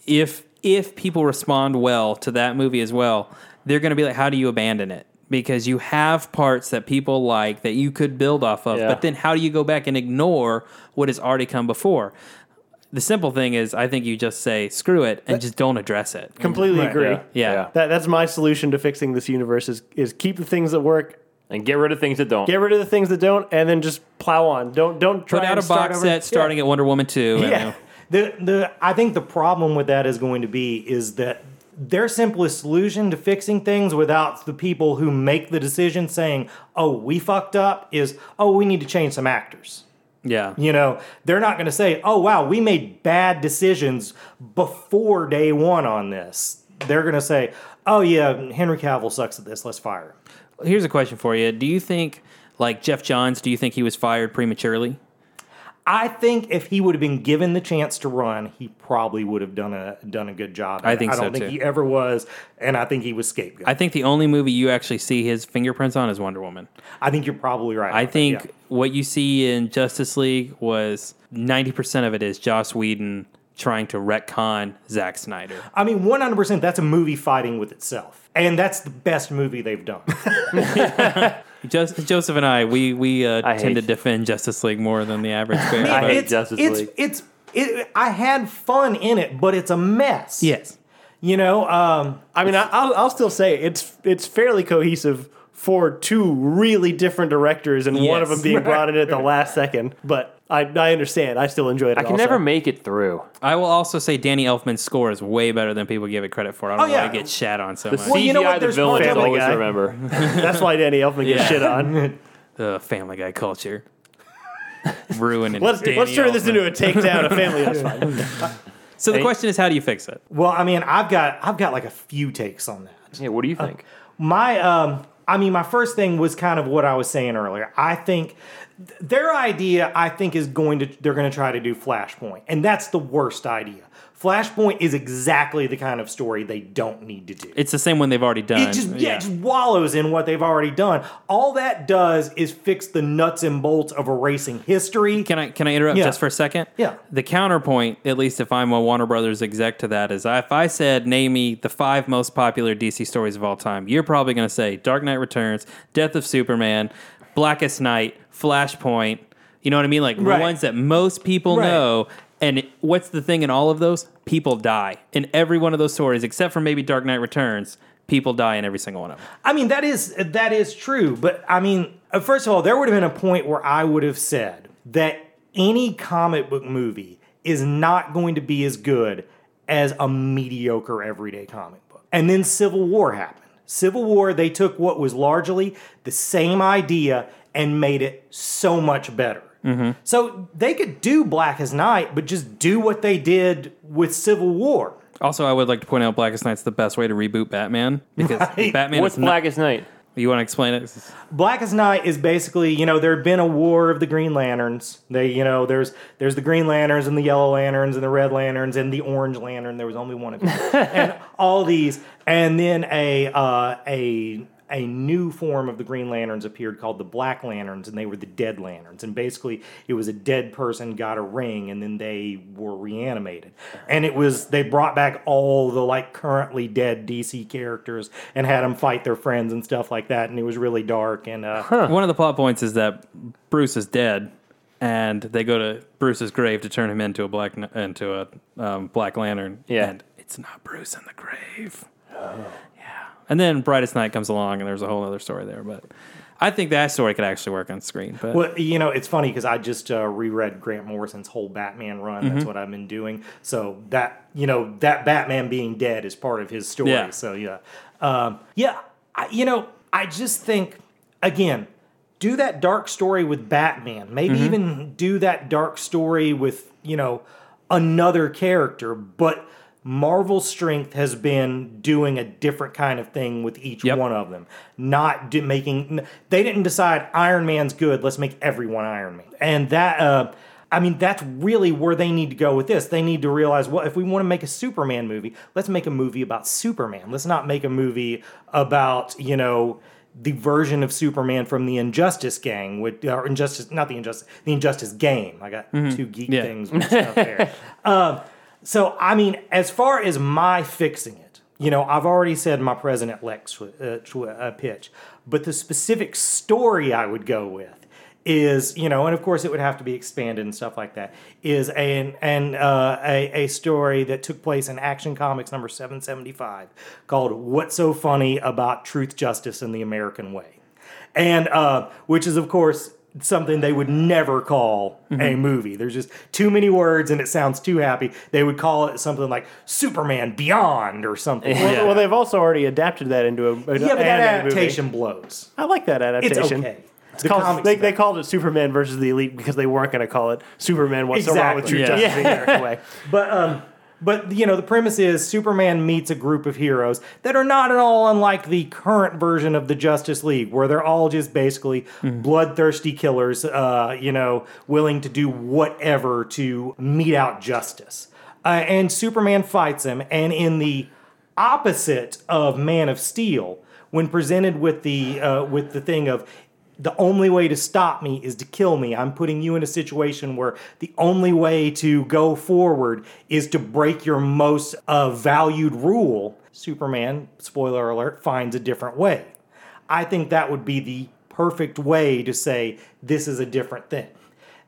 Speaker 3: if if people respond well to that movie as well, they're going to be like how do you abandon it? Because you have parts that people like that you could build off of,
Speaker 2: Yeah.
Speaker 3: but then how do you go back and ignore what has already come before? The simple thing is, I think you just say screw it and just don't address it.
Speaker 1: Completely agree.
Speaker 2: Yeah.
Speaker 3: Yeah.
Speaker 1: That, that's my solution to fixing this universe is, is keep the things that work,
Speaker 2: And get rid of things that don't.
Speaker 1: get rid of the things that don't, and then just plow on. Don't don't try
Speaker 3: Put out
Speaker 1: and
Speaker 3: a
Speaker 1: start
Speaker 3: box
Speaker 1: over.
Speaker 3: set starting at Wonder Woman two. and, you
Speaker 4: Yeah.
Speaker 3: know,
Speaker 4: The, the, I think the problem with that is going to be is that their simplest solution to fixing things without the people who make the decision saying, oh, we fucked up is, oh, we need to change some actors.
Speaker 3: yeah.
Speaker 4: You know, they're not going to say, oh, wow, we made bad decisions before day one on this. They're going to say, oh, yeah, Henry Cavill sucks at this. Let's fire him.
Speaker 3: Here's a question for you. Do you think, like Jeff Johns, do you think he was fired prematurely?
Speaker 4: I think if he would have been given the chance to run, he probably would have done a done a good job.
Speaker 3: I think
Speaker 4: I don't
Speaker 3: so,
Speaker 4: think
Speaker 3: too.
Speaker 4: he ever was, and I think he was scapegoat.
Speaker 3: I
Speaker 4: I,
Speaker 3: think the only movie you actually see his fingerprints on is Wonder Woman.
Speaker 4: think you're probably right.
Speaker 3: I
Speaker 4: about that,
Speaker 3: think
Speaker 4: yeah.
Speaker 3: what you see in Justice League was 90% of it is Joss Whedon trying to retcon Zack Snyder.
Speaker 4: I mean, one hundred percent. That's a movie fighting with itself, and that's the best movie they've done.
Speaker 3: Just, Joseph and I, we we uh,
Speaker 2: I
Speaker 3: tend to
Speaker 2: hate-
Speaker 3: defend Justice League more than the average fan.
Speaker 2: I
Speaker 3: but-
Speaker 2: hate
Speaker 4: it's,
Speaker 2: Justice
Speaker 4: it's,
Speaker 2: League.
Speaker 4: It's it, I had fun in it, but it's a mess.
Speaker 3: yes.
Speaker 4: you know. Um,
Speaker 1: I mean, I, I'll, I'll still say it's it's fairly cohesive for two really different directors, and one of
Speaker 3: Yes.
Speaker 1: them being brought in at the last second. But I, I understand. I still enjoyed it.
Speaker 2: I can never make it through.
Speaker 3: I will also say Danny Elfman's score is way better than people give it credit for. I don't
Speaker 4: Oh,
Speaker 3: know why
Speaker 4: yeah.
Speaker 3: I get shat on so
Speaker 2: The
Speaker 3: much.
Speaker 2: CGI
Speaker 4: you know what?
Speaker 2: the
Speaker 4: There's
Speaker 2: villains
Speaker 1: Family
Speaker 2: always
Speaker 1: Guy.
Speaker 2: remember.
Speaker 1: That's why Danny Elfman gets
Speaker 3: Yeah.
Speaker 1: shit on.
Speaker 3: uh, Family Guy culture. Ruining.
Speaker 1: Let's
Speaker 3: Danny
Speaker 1: let's turn this
Speaker 3: Elfman.
Speaker 1: into a takedown of Family. That's fine.
Speaker 3: So the
Speaker 2: Hey.
Speaker 3: question is, how do you fix it?
Speaker 4: well, I mean, I've got I've got like a few takes on that.
Speaker 2: yeah, what do you think?
Speaker 4: my um i mean my first thing was kind of what i was saying earlier i think th- their idea i think is going to they're going to try to do flashpoint and that's the worst idea flashpoint is exactly the kind of story they don't need to do
Speaker 3: It's the same one they've already done.
Speaker 4: it just yeah, it just wallows in what they've already done all that does is fix the nuts and bolts of erasing history
Speaker 3: Can I can I interrupt
Speaker 4: Yeah.
Speaker 3: just for a second?
Speaker 4: Yeah.
Speaker 3: The counterpoint, at least if I'm a Warner Brothers exec to that, is if I said name me the five most popular DC stories of all time, you're probably going to say Dark Knight Returns, Death of Superman, Blackest Night, Flashpoint. You know what I mean? Like
Speaker 4: Right.
Speaker 3: the ones that most people
Speaker 4: Right.
Speaker 3: know. And it- what's the thing in all of those? People die in every one of those stories, except for maybe Dark Knight Returns. People die in every single one of them.
Speaker 4: I mean, that is that is true, but I mean, uh, first of all, there would have been a point where I would have said that any comic book movie is not going to be as good as a mediocre everyday comic book. And then Civil War happened. Civil War, they took what was largely the same idea and made it so much better. So they could do Black as Night, but just do what they did with Civil War.
Speaker 3: Also, I would like to point out Blackest Night's the best way to reboot Batman because Batman
Speaker 2: What's
Speaker 3: is not-
Speaker 2: Blackest Night?
Speaker 3: You want to explain it?
Speaker 4: Black as Night is basically, you know, there had been a war of the Green Lanterns. They, you know, there's there's the Green Lanterns and the Yellow Lanterns and the Red Lanterns and the Orange Lantern. There was only one of them, and all these, and then a uh, a a new form of the Green Lanterns appeared called the Black Lanterns, and they were the Dead Lanterns. And basically, it was a dead person got a ring, and then they were reanimated. And it was they brought back all the like currently dead DC characters and had them fight their friends and stuff like that. And it was really dark. And uh,
Speaker 3: One of the plot points is that Bruce is dead, and they go to Bruce's grave to turn him into a black into a um, Black Lantern.
Speaker 2: Yeah. Oh.
Speaker 3: and it's not Bruce in the grave. Yeah, and then Brightest Night comes along, and there's a whole other story there. But I think that story could actually work on screen. But
Speaker 4: Well, you know, it's funny because I just uh, reread Grant Morrison's whole Batman run.
Speaker 3: Mm-hmm.
Speaker 4: That's what I've been doing. So that you know that Batman being dead is part of his story.
Speaker 3: Yeah.
Speaker 4: So yeah, um, yeah. I, you know, I just think again, do that dark story with Batman. Maybe
Speaker 3: Mm-hmm.
Speaker 4: even do that dark story with you know another character, but. Marvel's strength has been doing a different kind of thing with each
Speaker 3: Yep.
Speaker 4: one of them. Not do, making n- they didn't decide Iron Man's good. Let's make everyone Iron Man, and that uh, I mean that's really where they need to go with this. They need to realize well, if we want to make a Superman movie, let's make a movie about Superman. Let's not make a movie about you know the version of Superman from the Injustice Gang, with or Injustice not the Injustice the Injustice Game. I got two geek
Speaker 3: Yeah.
Speaker 4: things mixed up there. Um, so, I mean, as far as my fixing it, you know, I've already said my President Lex uh, tw- uh, pitch, but the specific story I would go with is, you know, and of course it would have to be expanded and stuff like that, is an, an, uh, a, a story that took place in Action Comics number 775 called What's So Funny About Truth, Justice, and the American Way and uh, which is of course something they would never call
Speaker 1: Mm-hmm.
Speaker 4: a movie. There's just too many words, and it sounds too happy. They would call it something like Superman Beyond or something.
Speaker 1: Well, well, they've also already adapted that into a, a
Speaker 4: yeah, but that
Speaker 1: animated movie.
Speaker 4: adaptation blows.
Speaker 1: I like that
Speaker 4: It's
Speaker 1: adaptation.
Speaker 4: okay.
Speaker 1: It's
Speaker 4: The
Speaker 1: called,
Speaker 4: comics
Speaker 1: they, they
Speaker 4: better.
Speaker 1: called it Superman versus the Elite because they weren't going to call it Superman. What's so wrong with True
Speaker 4: Exactly.
Speaker 1: Justice
Speaker 3: Yeah.
Speaker 1: in the American way?
Speaker 4: But um, but you know, the premise is Superman meets a group of heroes that are not at all unlike the current version of the Justice League, where they're all just basically bloodthirsty killers, uh, you know, willing to do whatever to mete out justice. Uh, and Superman fights him, and in the opposite of Man of Steel, when presented with the uh, with the thing of the only way to stop me is to kill me. I'm putting you in a situation where the only way to go forward is to break your most uh, valued rule. Superman, spoiler alert, finds a different way. I think that would be the perfect way to say this is a different thing.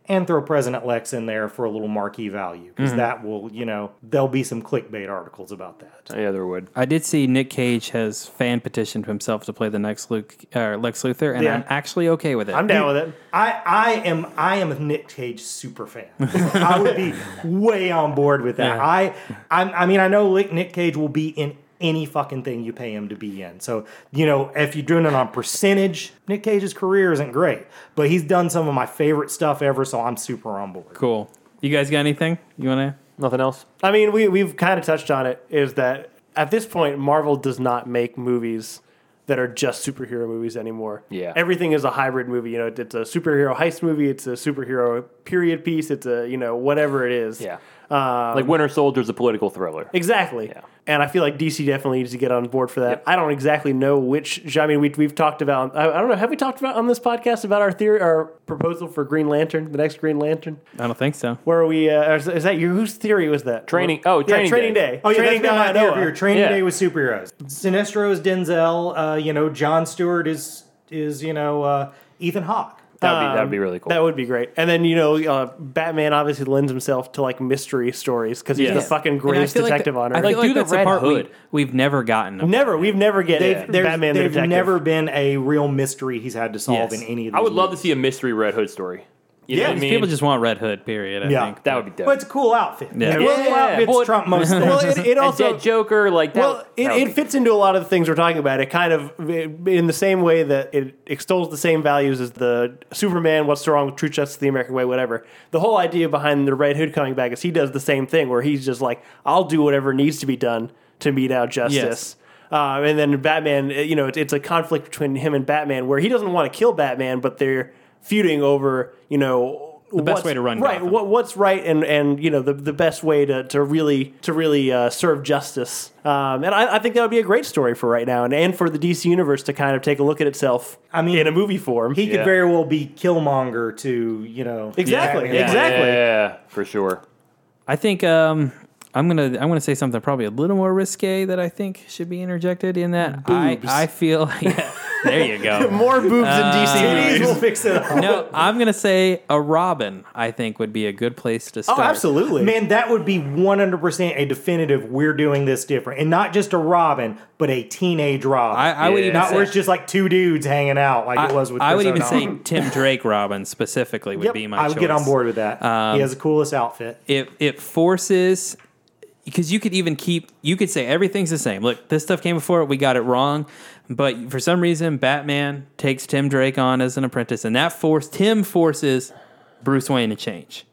Speaker 4: And throw President Lex in there for a little marquee value because that will, you know, there'll be some clickbait articles about that.
Speaker 2: Yeah, there would.
Speaker 3: I did see Nick Cage has fan petitioned himself to play the next Luke uh, Lex Luthor, and
Speaker 4: Yeah.
Speaker 3: I'm actually okay with it.
Speaker 1: I'm down with it.
Speaker 4: I, I am I am a Nick Cage super fan. I would be way on board with that.
Speaker 3: Yeah.
Speaker 4: I I'm, I mean I know Lick- Nick Cage will be in any fucking thing you pay him to be in. So you know if you're doing it on percentage, Nick Cage's career isn't great, but he's done some of my favorite stuff ever. So I'm super on board.
Speaker 3: cool. You guys got anything you want
Speaker 2: Nothing else.
Speaker 1: I mean, we we've kind of touched on it. Is that at this point, Marvel does not make movies that are just superhero movies anymore.
Speaker 2: Yeah.
Speaker 1: everything is a hybrid movie. You know, it- it's a superhero heist movie. It's a superhero period piece. It's a you know whatever it is.
Speaker 2: Yeah.
Speaker 1: Um,
Speaker 2: Like Winter Soldier's a political thriller.
Speaker 1: Exactly. And I feel like DC definitely needs to get on board for that. I don't exactly know which. I mean, we, we've talked about. I, I don't know. Have we talked about on this podcast about our theory, our proposal for Green Lantern, the next Green Lantern?
Speaker 3: to? I don't think so.
Speaker 1: Where are we? Uh, is, is that your whose theory was that?
Speaker 2: Training- oh, Training
Speaker 1: yeah, Training
Speaker 2: Day.
Speaker 1: Day.
Speaker 4: Oh yeah,
Speaker 1: Training
Speaker 4: that's
Speaker 1: Day
Speaker 4: my
Speaker 1: by
Speaker 4: idea
Speaker 1: Noah.
Speaker 4: for your training
Speaker 2: Yeah.
Speaker 4: day with superheroes. Sinestro is Denzel. Uh, you know, John Stewart is is you know uh, Ethan Hawke.
Speaker 2: That'd be that'd be really cool.
Speaker 1: That would be great. And then you know, uh, Batman obviously lends himself to like mystery stories because he's
Speaker 2: Yeah.
Speaker 1: the fucking
Speaker 3: And I
Speaker 1: greatest
Speaker 3: feel like
Speaker 1: detective
Speaker 3: that-
Speaker 1: on
Speaker 3: I
Speaker 1: earth.
Speaker 3: feel
Speaker 2: Like,
Speaker 3: like
Speaker 2: do the
Speaker 3: that's the,
Speaker 2: Red
Speaker 3: part
Speaker 2: Hood.
Speaker 3: We, we've never gotten. of
Speaker 1: never, we've never get
Speaker 4: They've, there's-
Speaker 1: Batman the
Speaker 4: they've
Speaker 1: detective.
Speaker 4: never been a real mystery he's had to solve
Speaker 3: Yes.
Speaker 4: in any of these.
Speaker 2: I would love to see a mystery Red Hood story. You know
Speaker 4: Yeah,
Speaker 2: what I
Speaker 4: these
Speaker 2: mean?
Speaker 3: People just want Red Hood. Period. I
Speaker 4: Yeah.
Speaker 3: think
Speaker 2: that would be dope.
Speaker 4: But it's a cool outfit.
Speaker 3: Yeah.
Speaker 4: Yeah, Cool
Speaker 2: Yeah.
Speaker 4: outfits
Speaker 2: Well,
Speaker 4: trump most things.
Speaker 1: well, it, it
Speaker 2: a
Speaker 1: also
Speaker 2: dead Joker like that.
Speaker 1: Well, it,
Speaker 2: that would be-
Speaker 1: it fits into a lot of the things we're talking about. It kind of, in the same way that it extols the same values as the Superman, What's Wrong with True Justice, The American Way, whatever. The whole idea behind the Red Hood coming back is he does the same thing where he's just like, I'll do whatever needs to be done to mete out justice.
Speaker 3: Yes.
Speaker 1: Uh, and then Batman, uh, you know, it, it's a conflict between him and Batman where he doesn't want to kill Batman, but they're feuding over, you know, the
Speaker 3: best way to run
Speaker 1: right.
Speaker 3: Gotham.
Speaker 1: What, what's right and and you know the, the best way to, to really to really uh, serve justice. Um, and I, I think that would be a great story for right now and, and for the DC universe to kind of take a look at itself.
Speaker 4: I mean-
Speaker 1: in a movie form.
Speaker 4: He
Speaker 2: Yeah.
Speaker 4: could very well be Killmonger to you know
Speaker 1: Exactly,
Speaker 4: Batman.
Speaker 1: exactly.
Speaker 2: Yeah, for sure.
Speaker 3: I think um, I'm gonna I'm gonna say something probably a little more risque that I think should be interjected in that. I
Speaker 1: Boobs.
Speaker 3: I feel yeah, there you go.
Speaker 1: more boobs
Speaker 3: Uh,
Speaker 1: in DC
Speaker 4: Titties
Speaker 1: movies.
Speaker 4: will fix it. All.
Speaker 3: No, I'm gonna say a Robin. I think would be a good place to start.
Speaker 1: Oh, absolutely.
Speaker 4: Man, that would be 100% a definitive, we're doing this different. And not just a Robin, but a teenage Robin.
Speaker 3: I, I would
Speaker 2: Yeah.
Speaker 3: even
Speaker 4: not
Speaker 3: say,
Speaker 4: where it's just like two dudes hanging out like
Speaker 3: I,
Speaker 4: it was with
Speaker 3: I would
Speaker 4: Chris
Speaker 3: even say
Speaker 4: O'Donnell.
Speaker 3: Tim Drake Robin specifically would
Speaker 1: Yep,
Speaker 3: be my.
Speaker 4: I would get
Speaker 3: choice.
Speaker 4: on board with that.
Speaker 3: Um,
Speaker 4: he has the coolest outfit.
Speaker 3: it it forces because you could even keep you could say everything's the same. Look, this stuff came before it, we got it wrong, but for some reason Batman takes Tim Drake on as an apprentice and that force Tim forces Bruce Wayne to change.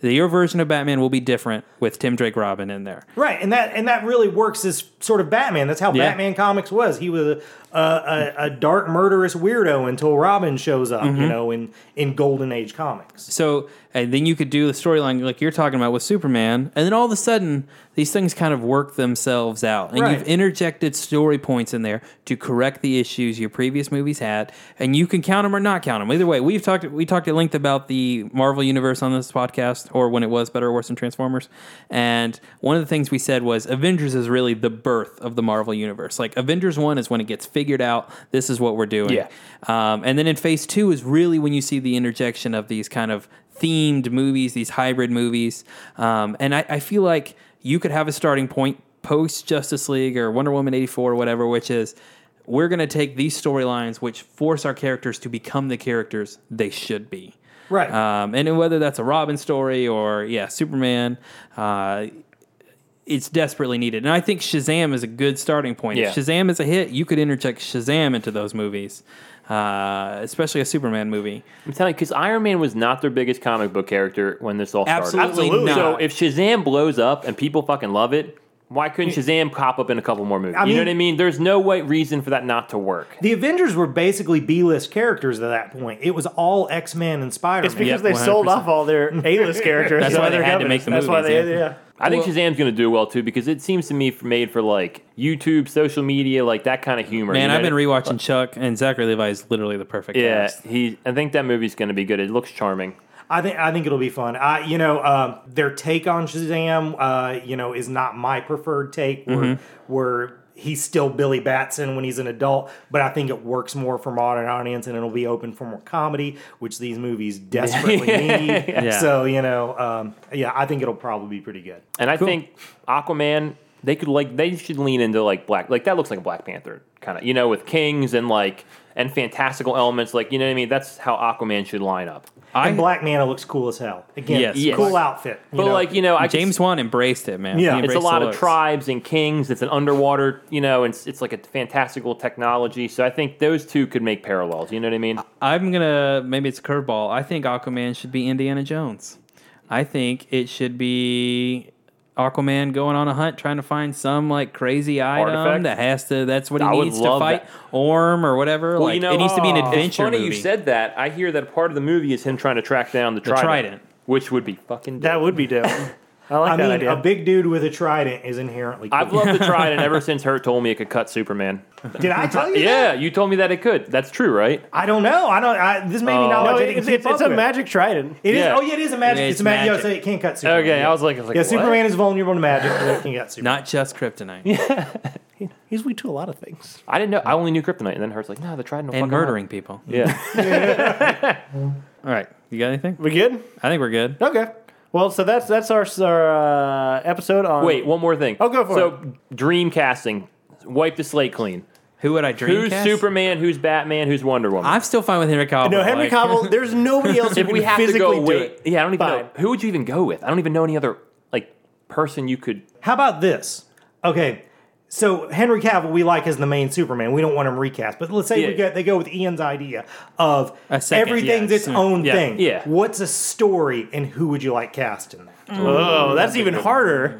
Speaker 3: The- Your version of Batman will be different with Tim Drake Robin in there.
Speaker 4: Right, and that and that really works as sort of Batman. That's how
Speaker 3: Yeah.
Speaker 4: Batman comics was. He was a, a, a, a dark, murderous weirdo until Robin shows up,
Speaker 1: Mm-hmm.
Speaker 4: you know, in, in Golden Age comics.
Speaker 3: So and then you could do the storyline like you're talking about with Superman, and then all of a sudden these things kind of work themselves out, and
Speaker 4: Right.
Speaker 3: you've interjected story points in there to correct the issues your previous movies had, and you can count them or not count them. Either way, we've talked we talked at length about the Marvel universe on this podcast, or when it was better or worse than Transformers, and one of the things we said was Avengers is really the birth of the Marvel universe. Like Avengers one is when it gets figured out. This is what we're doing.
Speaker 2: Yeah.
Speaker 3: Um, and then in phase two is really when you see the interjection of these kind of themed movies, these hybrid movies. Um, and I, I feel like you could have a starting point post Justice League or Wonder Woman 84 or whatever, which is we're going to take these storylines which force our characters to become the characters they should be.
Speaker 4: Right.
Speaker 1: Uh,
Speaker 3: Um, and whether that's a Robin story or, yeah, Superman, uh, it's desperately needed. And I think Shazam is a good starting point.
Speaker 2: Yeah.
Speaker 3: If Shazam is a hit, you could interject Shazam into those movies, uh, especially a Superman movie.
Speaker 2: I'm telling you, because Iron Man was not their biggest comic book character when this all started.
Speaker 3: Absolutely,
Speaker 1: Absolutely.
Speaker 3: not.
Speaker 2: So if Shazam blows up and people fucking love it, why couldn't Shazam pop up in a couple more movies?
Speaker 4: I
Speaker 2: you know
Speaker 4: mean-
Speaker 2: what I mean? There's no way reason for that not to work.
Speaker 4: The Avengers were basically B-list characters at that point. It was all X-Men and Spider-Man.
Speaker 1: It's because
Speaker 3: Yep,
Speaker 1: they sold
Speaker 3: 100%.
Speaker 1: off all their A-list characters.
Speaker 3: That's
Speaker 1: to
Speaker 3: why they
Speaker 1: other
Speaker 3: had to
Speaker 1: companies.
Speaker 3: make the
Speaker 1: That's why
Speaker 3: movies,
Speaker 1: they,
Speaker 3: yeah.
Speaker 1: yeah.
Speaker 2: I think Shazam's going to do well too because it seems to me f- made for like YouTube, social media, like that kind of humor.
Speaker 3: Man,
Speaker 2: you
Speaker 3: I've
Speaker 2: know?
Speaker 3: been rewatching Chuck, and Zachary Levi is literally the perfect
Speaker 2: Yeah,
Speaker 3: cast.
Speaker 2: he. I think that movie's going to be good. It looks charming.
Speaker 4: I think I think it'll be fun. I you know um, their take on Shazam, uh, you know, is not my preferred take. Where,
Speaker 2: Mm-hmm.
Speaker 4: where he's still Billy Batson when he's an adult, but I think it works more for modern audience, and it'll be open for more comedy, which these movies desperately need. So you know, um, yeah, I think it'll probably be pretty good.
Speaker 2: And I think Aquaman, they could like they should lean into like black like that looks like a Black Panther kind of you know with kings and like and fantastical elements like you know what I mean. That's how Aquaman should line up.
Speaker 3: I,
Speaker 4: And Black Manta looks cool as hell. Again,
Speaker 3: Yes,
Speaker 2: yes.
Speaker 4: cool outfit. you
Speaker 2: But
Speaker 4: know.
Speaker 2: like you know, I could
Speaker 3: James Wan embraced it, man.
Speaker 4: Yeah.
Speaker 3: He
Speaker 4: It's
Speaker 2: it's
Speaker 3: embraced
Speaker 2: a
Speaker 3: the
Speaker 2: lot of
Speaker 3: looks.
Speaker 2: tribes and kings. It's an underwater, you know, and it's, it's like a fantastical technology. So I think those two could make parallels. You know what I mean?
Speaker 3: I'm gonna maybe it's a curveball. I think Aquaman should be Indiana Jones. I think it should be Aquaman going on a hunt trying to find some like crazy item
Speaker 2: Artifact?
Speaker 3: that has to. That's what he
Speaker 2: I would
Speaker 3: needs to
Speaker 2: love
Speaker 3: fight
Speaker 2: that.
Speaker 3: Orm or whatever. like, it needs to be an
Speaker 2: It's
Speaker 3: adventure
Speaker 2: funny
Speaker 3: movie.
Speaker 2: you said that. I hear that part of the movie is him trying to track down the trident,
Speaker 3: trident.
Speaker 2: which would be fucking. Dope.
Speaker 1: That would be dope. I like
Speaker 4: I
Speaker 1: that
Speaker 4: mean,
Speaker 1: idea.
Speaker 4: a big dude with a trident is inherently. Cool.
Speaker 2: I've loved the trident ever since Hurt told me it could cut Superman.
Speaker 4: Did I tell you? that?
Speaker 2: Yeah, you told me that it could. That's true, right?
Speaker 4: I don't know. I don't. I, this may be
Speaker 2: Oh.
Speaker 4: knowledge.
Speaker 1: no,
Speaker 4: I
Speaker 1: it's,
Speaker 4: didn't
Speaker 1: it's,
Speaker 4: keep
Speaker 1: it's,
Speaker 4: up
Speaker 1: a
Speaker 4: with.
Speaker 1: magic trident.
Speaker 4: It is.
Speaker 2: Yeah.
Speaker 4: Oh yeah, it is a magic.
Speaker 3: It's
Speaker 4: It's, a magic.
Speaker 3: magic.
Speaker 4: Yeah, so it can't cut Superman.
Speaker 2: Okay,
Speaker 4: yeah.
Speaker 2: I was like, I was like
Speaker 4: Yeah,
Speaker 2: what?
Speaker 4: Superman is vulnerable to magic, but it can cut Superman.
Speaker 3: not just kryptonite yeah,
Speaker 1: He's weak to a lot of things.
Speaker 2: I didn't know. I only knew kryptonite, and then Hurt's like, no, the trident will
Speaker 3: and
Speaker 2: fucking work."
Speaker 3: murdering people.
Speaker 2: Yeah,
Speaker 3: All right, you got anything?
Speaker 1: We good?
Speaker 3: I think we're good.
Speaker 1: Okay. Well, so that's that's our, our uh, episode on.
Speaker 2: Wait, one more thing.
Speaker 1: Oh, go for
Speaker 2: so, it. dream casting. Wipe the slate clean.
Speaker 3: Who would I dream?
Speaker 2: Who's Superman? Who's Batman? Who's Wonder Woman?
Speaker 3: I'm still fine with Henry Cavill.
Speaker 1: No, Henry
Speaker 3: like-
Speaker 1: Cavill. There's nobody else who
Speaker 2: if
Speaker 1: can
Speaker 2: we have to
Speaker 1: physically
Speaker 2: go
Speaker 1: do
Speaker 2: with,
Speaker 1: it.
Speaker 2: yeah, I don't even know
Speaker 1: Fine.
Speaker 2: who would you even go with. I don't even know any other like person you could.
Speaker 4: How about this? Okay, so Henry Cavill we like as the main Superman. We don't want him recast, but let's say we
Speaker 2: Yeah.
Speaker 4: get, they go with Ian's idea of
Speaker 3: A second,
Speaker 4: everything's
Speaker 3: yes.
Speaker 4: its own
Speaker 3: Yeah,
Speaker 4: thing.
Speaker 2: yeah.
Speaker 4: What's a story, and who would you like cast in that?
Speaker 1: Oh, that's even harder.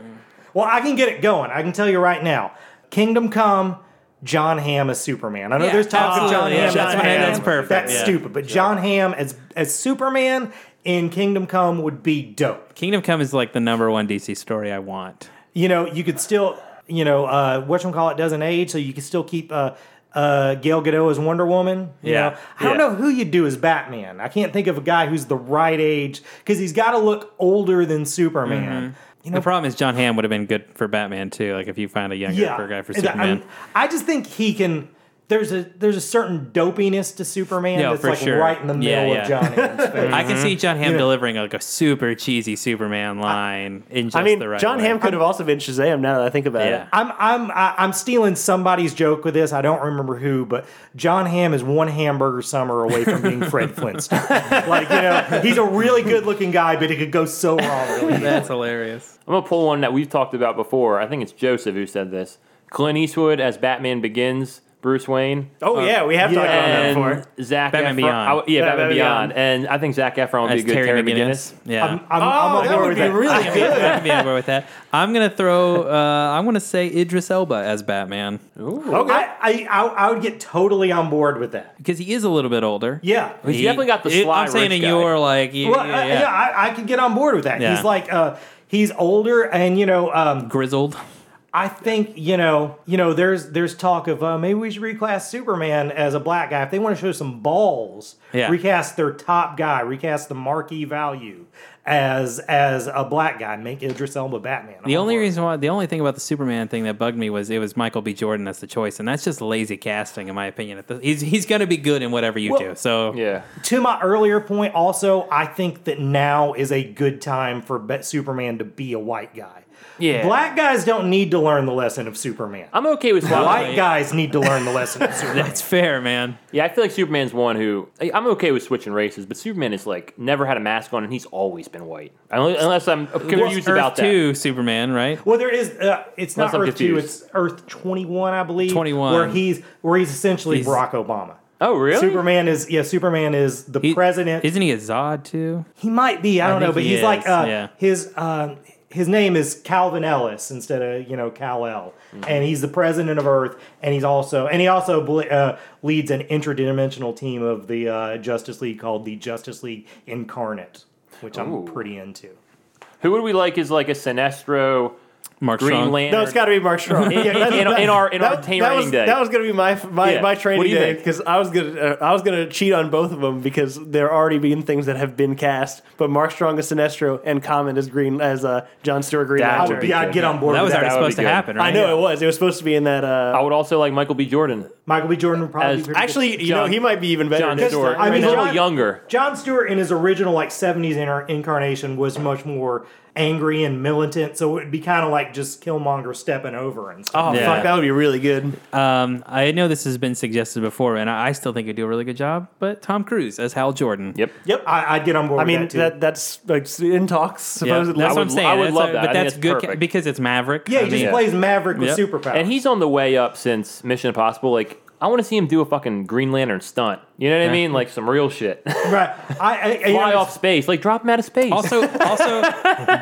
Speaker 4: Well, I can get it going. I can tell you right now. Kingdom Come, John Hamm as Superman. I know
Speaker 3: Yeah,
Speaker 4: there's talk of John
Speaker 3: absolutely.
Speaker 4: Hamm.
Speaker 3: John
Speaker 4: as
Speaker 3: Hamm,
Speaker 4: Batman.
Speaker 3: that's perfect,
Speaker 4: That's
Speaker 3: yeah.
Speaker 4: stupid. But John Hamm as as Superman in Kingdom Come would be dope.
Speaker 3: Kingdom Come is like the number one DC story I want.
Speaker 4: You know, you could still, you know, uh, what call it doesn't age, so you could still keep uh, uh, Gail Gadot as Wonder Woman. You
Speaker 3: Yeah,
Speaker 4: know, I don't
Speaker 2: yeah.
Speaker 4: know who you'd do as Batman. I can't think of a guy who's the right age because he's got to look older than Superman.
Speaker 3: Mm-hmm.
Speaker 4: You know,
Speaker 3: The problem is John Hamm would have been good for Batman too. Like if you find a younger guy for
Speaker 4: and I-
Speaker 3: Superman.
Speaker 4: I, just think he can. There's a there's a certain dopiness to Superman
Speaker 3: Yeah,
Speaker 4: that's
Speaker 3: for
Speaker 4: like
Speaker 3: sure.
Speaker 4: right in the middle
Speaker 3: Yeah, yeah.
Speaker 4: of John Hamm's face.
Speaker 3: I can see John Hamm
Speaker 4: Mm-hmm. Yeah.
Speaker 3: delivering like a super cheesy Superman line in just
Speaker 1: I mean,
Speaker 3: the right
Speaker 1: John
Speaker 3: way.
Speaker 1: Hamm could have also been Shazam. Now that I think about
Speaker 3: Yeah.
Speaker 1: it,
Speaker 4: I'm I'm I- I'm stealing somebody's joke with this. I don't remember who, but John Hamm is one hamburger summer away from being Fred Flintstone. like you know, he's a really good looking guy, but it could go so wrong. Really.
Speaker 3: That's hilarious.
Speaker 2: I'm gonna pull one that we've talked about before. I think it's Joseph who said this. Clint Eastwood as Batman Begins, Bruce Wayne.
Speaker 1: oh yeah, we have talked about that
Speaker 2: and
Speaker 1: before.
Speaker 2: Zach
Speaker 3: Batman
Speaker 2: Efron.
Speaker 3: Beyond.
Speaker 2: I w- yeah,
Speaker 1: Yeah,
Speaker 2: Batman,
Speaker 1: Batman
Speaker 2: Beyond. and I think Zach Efron would be
Speaker 3: As
Speaker 2: a good
Speaker 3: Terry
Speaker 2: Terry
Speaker 3: McGinnis.
Speaker 2: McGinnis.
Speaker 3: Yeah.
Speaker 4: I'm, I'm, I'm on
Speaker 1: Oh, that
Speaker 4: board
Speaker 1: would
Speaker 4: with
Speaker 1: be
Speaker 4: that.
Speaker 1: really
Speaker 3: Yeah,
Speaker 1: good.
Speaker 3: I'd be on board with that. I'm gonna throw. Uh, I'm gonna say Idris Elba as Batman
Speaker 4: I, I, I I would get totally on board with that.
Speaker 3: because he is a little bit older.
Speaker 4: Yeah,
Speaker 2: He's definitely got the sly
Speaker 3: I'm saying
Speaker 2: rich
Speaker 3: in
Speaker 2: guy.
Speaker 3: your like, y-
Speaker 4: Well,
Speaker 3: yeah,
Speaker 4: yeah, yeah I, I could get on board with that.
Speaker 3: Yeah.
Speaker 4: He's like, uh, he's older, and you know, um,
Speaker 3: grizzled.
Speaker 4: I think you know, you know, there's there's talk of uh, maybe we should recast Superman as a black guy if they want to show some balls.
Speaker 3: Yeah.
Speaker 4: recast their top guy, recast the marquee value as as a black guy, make Idris Elba Batman.
Speaker 3: The
Speaker 4: I'm
Speaker 3: only
Speaker 4: for it.
Speaker 3: reason why, the only thing about the Superman thing that bugged me was it was Michael B. Jordan as the choice, and that's just lazy casting, in my opinion. At the- He's he's gonna be good in whatever you
Speaker 4: Well-
Speaker 3: do. So
Speaker 2: Yeah.
Speaker 4: to my earlier point, also, I think that now is a good time for Be- Superman to be a white guy.
Speaker 2: Yeah.
Speaker 4: black guys don't need to learn the lesson of Superman.
Speaker 2: I'm okay with sly
Speaker 4: White guys need to learn the lesson of Superman.
Speaker 3: that's fair, man.
Speaker 2: Yeah, I feel like Superman's one who I- I'm okay with switching races, but Superman is like never had a mask on and he's always been white. Unless, unless I'm confused
Speaker 3: Earth
Speaker 2: about that.
Speaker 3: Two Superman, right?
Speaker 4: Well, there is. Uh, it's
Speaker 2: Unless
Speaker 4: not
Speaker 2: I'm
Speaker 4: Earth Two.
Speaker 2: confused.
Speaker 4: It's Earth Twenty One, I believe.
Speaker 3: 21.
Speaker 4: Where he's where he's essentially
Speaker 3: He's-
Speaker 4: Barack Obama.
Speaker 2: Oh, really?
Speaker 4: Superman is yeah. Superman is the
Speaker 3: He-
Speaker 4: president.
Speaker 3: isn't he a Zod too?
Speaker 4: he might be. I don't know,
Speaker 3: think
Speaker 4: but
Speaker 3: he
Speaker 4: he's like
Speaker 3: is,
Speaker 4: uh,
Speaker 3: yeah.
Speaker 4: his uh, his name is Calvin Ellis instead of you know Cal El,
Speaker 3: Mm-hmm.
Speaker 4: and he's the president of Earth, and he's also and he also ble- uh, leads an interdimensional team of the uh, Justice League called the Justice League Incarnate, which I'm pretty into.
Speaker 2: Who would we like as like a Sinestro,
Speaker 3: Mark
Speaker 2: Green
Speaker 3: Strong.
Speaker 2: Lantern?
Speaker 1: No, it's got to be Mark Strong.
Speaker 2: In- in- in our- in our training
Speaker 1: was,
Speaker 2: day.
Speaker 1: That was going to be my my,
Speaker 2: Yeah.
Speaker 1: my
Speaker 2: What do
Speaker 1: training
Speaker 2: you
Speaker 1: day
Speaker 2: think?
Speaker 1: because I was gonna uh, I was gonna cheat on both of them because they're already being things that have been cast. But Mark Strong as Sinestro and Common as Green as uh, John Stewart Green.
Speaker 2: That
Speaker 1: Lantern.
Speaker 2: would be
Speaker 4: Yeah, I'd
Speaker 2: good.
Speaker 4: get on board.
Speaker 3: that was
Speaker 4: with that.
Speaker 3: already
Speaker 2: That would be
Speaker 3: supposed to
Speaker 2: good.
Speaker 3: happen, right?
Speaker 1: I know it was. It was supposed to be in that. Uh,
Speaker 2: I would also like Michael B.
Speaker 1: Oh,
Speaker 2: Jordan.
Speaker 4: Michael B. Jordan would probably
Speaker 2: As-
Speaker 4: be pretty good.
Speaker 1: actually, you know,
Speaker 2: John-
Speaker 1: he might be even better.
Speaker 2: John
Speaker 1: than-
Speaker 2: Stewart.
Speaker 4: I mean, oh,
Speaker 2: He's a little
Speaker 4: John-
Speaker 2: younger.
Speaker 4: John Stewart in his original like 70s inter- incarnation was much more angry and militant, so it would be kind of like just Killmonger stepping over and stuff.
Speaker 1: Oh
Speaker 3: Yeah.
Speaker 1: fuck, that would be really good.
Speaker 3: Um, I know this has been suggested before, and I I still think you do a really good job. But Tom Cruise as Hal Jordan.
Speaker 2: Yep.
Speaker 1: Yep. I,
Speaker 4: I, I'd get on board.
Speaker 1: mean,
Speaker 4: with that, too.
Speaker 1: that that's like in talks
Speaker 3: Yeah, that's
Speaker 1: supposedly.
Speaker 3: what
Speaker 2: would-
Speaker 3: I'm saying.
Speaker 2: I would
Speaker 3: That's
Speaker 2: love
Speaker 3: a-
Speaker 2: that.
Speaker 3: But
Speaker 2: I think
Speaker 3: that's
Speaker 2: it's
Speaker 3: good ca-
Speaker 2: perfect.
Speaker 3: because it's Maverick.
Speaker 4: yeah,
Speaker 3: I
Speaker 4: he just
Speaker 3: mean-
Speaker 4: plays Maverick with
Speaker 3: Yep.
Speaker 4: superpowers.
Speaker 2: And he's on the way up since Mission Impossible. Like, I want to see him do a fucking Green Lantern stunt. You know what I mean? Like some real shit.
Speaker 4: right. I, I, you
Speaker 2: Fly
Speaker 4: know,
Speaker 2: off space. Like drop him out of space.
Speaker 3: Also, also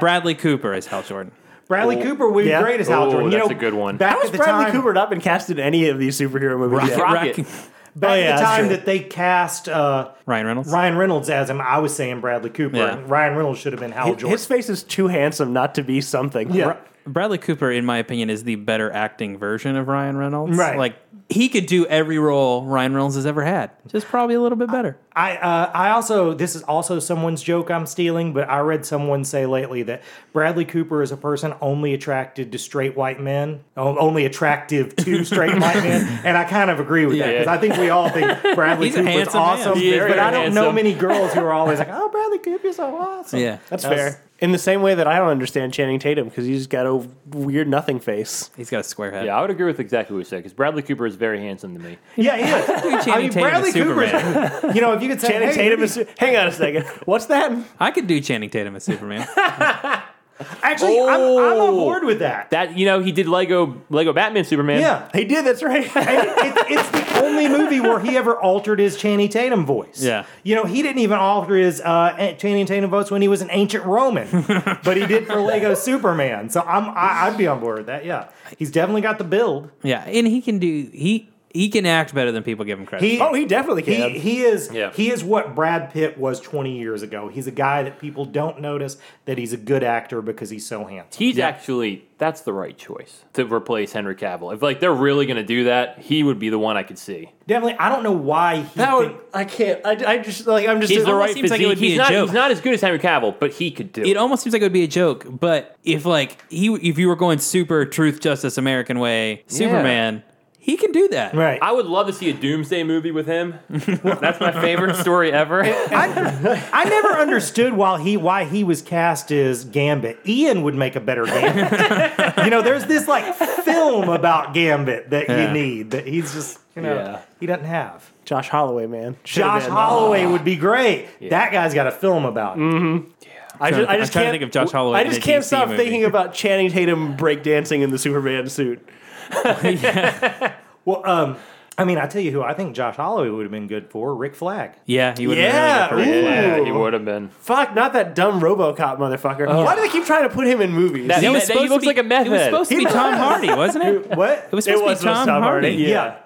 Speaker 3: Bradley Cooper as Hal Jordan.
Speaker 4: Bradley Cooper would be
Speaker 1: Yeah.
Speaker 4: great as Hal
Speaker 2: Ooh,
Speaker 4: Jordan. You
Speaker 2: that's
Speaker 4: know,
Speaker 2: a good one.
Speaker 4: Back
Speaker 1: How has
Speaker 4: at the
Speaker 1: Bradley
Speaker 4: time,
Speaker 1: Cooper not been cast in any of these superhero movies yet?
Speaker 2: Rocket.
Speaker 4: Back
Speaker 1: Oh, yeah,
Speaker 4: at
Speaker 1: that's
Speaker 4: the time
Speaker 1: true.
Speaker 4: that they cast uh,
Speaker 3: Ryan Reynolds.
Speaker 4: Ryan Reynolds as him, I was saying Bradley Cooper.
Speaker 3: Yeah.
Speaker 4: and Ryan Reynolds should have been Hal
Speaker 1: His,
Speaker 4: Jordan.
Speaker 1: his face is too handsome not to be something.
Speaker 4: yeah.
Speaker 3: Bradley Cooper, in my opinion, is the better acting version of Ryan Reynolds.
Speaker 4: Right.
Speaker 3: Like he could do every role Ryan Reynolds has ever had, just probably a little bit better.
Speaker 4: I uh, I also this is also someone's joke I'm stealing, but I read someone say lately that Bradley Cooper is a person only attracted to straight white men, o- only attractive to straight white men, and I kind of agree with that
Speaker 2: Yeah.
Speaker 4: because I think we all think Bradley
Speaker 3: He's a
Speaker 4: Cooper's
Speaker 3: handsome man.
Speaker 4: awesome,
Speaker 2: He is
Speaker 4: but
Speaker 2: very
Speaker 4: I don't know
Speaker 2: handsome.
Speaker 4: many girls who are always like, "Oh, Bradley Cooper's so awesome."
Speaker 3: Yeah.
Speaker 1: That's, fair. In the same way that I don't understand Channing Tatum because he's got a weird nothing face.
Speaker 3: He's got a square head.
Speaker 2: Yeah, I would agree with exactly what you said because Bradley Cooper is very handsome to me.
Speaker 4: yeah, he is.
Speaker 3: Channing Tatum
Speaker 4: Bradley
Speaker 3: is
Speaker 4: Cooper. You know, if you could say
Speaker 1: Channing
Speaker 4: hey,
Speaker 1: Tatum is. Hang on a second. What's that?
Speaker 3: I could do Channing Tatum as Superman.
Speaker 4: Actually, I'm, I'm on board with that.
Speaker 2: That you know, he did Lego Lego Batman Superman.
Speaker 4: yeah.
Speaker 1: He did. That's right.
Speaker 4: And it, it's the only movie where he ever altered his Channing Tatum voice.
Speaker 3: Yeah.
Speaker 4: You know, he didn't even alter his uh, Channing Tatum voice when he was an ancient Roman, but he did for Lego Superman. So I'm, I, I'd be on board with that. Yeah. He's definitely got the build.
Speaker 3: Yeah, and he can do he he can act better than people give him credit.
Speaker 4: He,
Speaker 1: oh, he definitely
Speaker 4: he,
Speaker 1: can.
Speaker 4: he is
Speaker 2: Yeah.
Speaker 4: he is what Brad Pitt was 20 years ago. He's a guy that people don't notice that he's a good actor because he's so handsome.
Speaker 2: He's actually that's the right choice to replace Henry Cavill. If like they're really gonna do that, he would be the one I could see.
Speaker 4: Definitely, I don't know why he
Speaker 1: that would.
Speaker 4: think-
Speaker 1: I can't. I, I just like. I'm just.
Speaker 2: He's the
Speaker 3: almost
Speaker 2: right
Speaker 3: seems like it
Speaker 2: physique.
Speaker 3: would be
Speaker 2: he's
Speaker 3: a
Speaker 2: not
Speaker 3: joke.
Speaker 2: he's not as good as Henry Cavill, but he could do
Speaker 3: it
Speaker 2: it.
Speaker 3: almost seems like it would be a joke, but if like he if you were going super truth justice American way Superman, he can do that.
Speaker 4: right.
Speaker 2: I would love to see a Doomsday movie with him. That's my favorite story ever.
Speaker 4: I, I never understood why he why he was cast as Gambit. Ian would make a better Gambit. you know, there's this like film about Gambit that
Speaker 3: Yeah.
Speaker 4: you need that he's just you know
Speaker 2: Yeah.
Speaker 4: he doesn't have.
Speaker 1: Josh Holloway, man. Should've
Speaker 4: Josh
Speaker 1: been.
Speaker 4: Holloway would be great. That guy's got a film about. It.
Speaker 1: I
Speaker 3: trying
Speaker 1: just,
Speaker 3: to-
Speaker 1: I
Speaker 3: I'm
Speaker 1: just
Speaker 3: trying to
Speaker 1: can't
Speaker 3: think of Josh Holloway
Speaker 1: I
Speaker 3: in
Speaker 1: just
Speaker 3: a
Speaker 1: can't
Speaker 3: DC
Speaker 1: stop
Speaker 3: movie.
Speaker 1: thinking about Channing Tatum breakdancing in the Superman suit.
Speaker 4: Well, um, I mean, I tell you who I think Josh Holloway would have been good for Rick Flag.
Speaker 3: Yeah, he would.
Speaker 1: Yeah,
Speaker 3: Really good for
Speaker 1: ooh.
Speaker 3: it.
Speaker 2: yeah, he would have been.
Speaker 1: Fuck, not that dumb RoboCop motherfucker. Why do they keep trying to put him in movies?
Speaker 2: That-
Speaker 3: He
Speaker 2: that-
Speaker 3: was
Speaker 2: that-
Speaker 3: supposed
Speaker 2: he looks
Speaker 3: to be,
Speaker 2: like a meth
Speaker 3: It was
Speaker 2: head.
Speaker 3: supposed to be Tom Hardy, wasn't it?
Speaker 4: What?
Speaker 3: It was supposed
Speaker 1: was
Speaker 3: to be Tom,
Speaker 1: Tom Hardy.
Speaker 3: Hardy.
Speaker 4: yeah.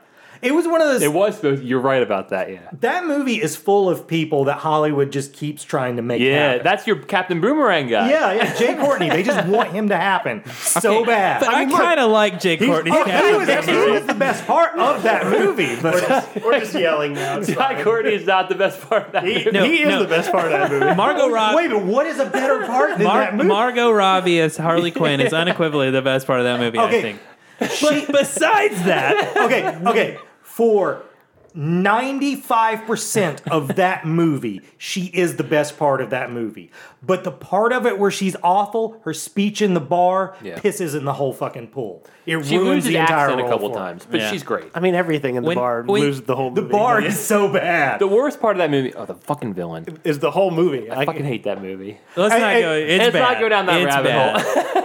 Speaker 4: It was one of those.
Speaker 2: It was supposed. You're right about that. Yeah.
Speaker 4: that movie is full of people that Hollywood just keeps trying to make.
Speaker 2: Yeah,
Speaker 4: happen.
Speaker 2: that's your Captain Boomerang guy.
Speaker 4: Yeah, yeah, Jay Courtney. They just want him to happen so bad.
Speaker 3: But I,
Speaker 4: mean, look,
Speaker 3: kind of like Jake Courtney.
Speaker 4: oh, he, was, he was the best part of that movie. But
Speaker 1: We're just yelling now. it's
Speaker 2: Ty
Speaker 1: fine.
Speaker 2: Courtney is not the best part of that
Speaker 1: He,
Speaker 2: movie.
Speaker 1: he is
Speaker 3: no.
Speaker 1: the best part of that movie.
Speaker 3: Margot Robbie.
Speaker 4: wait, but what is a better part than
Speaker 3: uh, Mar-
Speaker 4: that movie?
Speaker 3: Margot Robbie as Harley Quinn is unequivocally the best part of that movie.
Speaker 4: Okay.
Speaker 3: I think.
Speaker 4: But-
Speaker 3: Besides that,
Speaker 4: okay, okay. For 95% of that movie, she is the best part of that movie. But the part of it where she's awful, her speech in the bar
Speaker 2: Yeah.
Speaker 4: pisses in the whole fucking pool. It
Speaker 2: She
Speaker 4: ruins
Speaker 2: loses
Speaker 4: the entire
Speaker 2: accent a
Speaker 4: role
Speaker 2: couple
Speaker 4: for her.
Speaker 2: times, but
Speaker 3: Yeah.
Speaker 2: she's great.
Speaker 1: I mean, everything in the
Speaker 3: When-
Speaker 1: bar
Speaker 3: when-
Speaker 1: loses the whole
Speaker 4: The
Speaker 1: movie.
Speaker 4: bar is so bad.
Speaker 2: The worst part of that movie, oh, the fucking villain.
Speaker 1: is the whole movie.
Speaker 2: I fucking hate that movie.
Speaker 3: let's
Speaker 4: Hey,
Speaker 3: not
Speaker 4: hey,
Speaker 3: go. It's
Speaker 2: let's not
Speaker 3: bad.
Speaker 2: go down that
Speaker 3: It's
Speaker 2: rabbit
Speaker 3: bad.
Speaker 2: hole.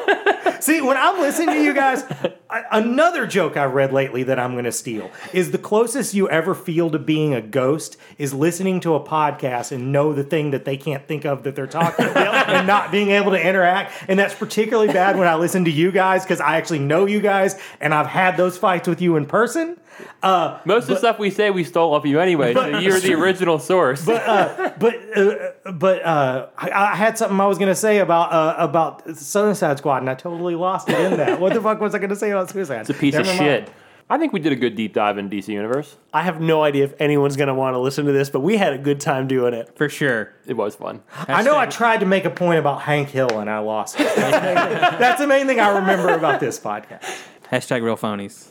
Speaker 4: See, when I'm listening to you guys, a- another joke I read lately that I'm going to steal is the closest you ever feel to being a ghost is listening to a podcast and know the thing that they can't think of that they're talking about and not being able to interact. And that's particularly bad when I listen to you guys because I actually know you guys and I've had those fights with you in person.
Speaker 2: Most of the stuff we say we stole off you anyway, so you're the original source.
Speaker 4: But uh, but uh, I, I had something I was gonna say about uh, about Suicide Squad, and I totally lost it in that. What the fuck was I gonna say about Suicide? It's
Speaker 2: a piece of shit. I think we did a good deep dive in DC Universe.
Speaker 1: I have no idea if anyone's going to want to listen to this, but we had a good time doing it.
Speaker 3: for sure.
Speaker 2: It was fun.
Speaker 4: I know I tried to make a point about Hank Hill and I lost it. That's the main thing I remember about this podcast.
Speaker 3: Hashtag real phonies.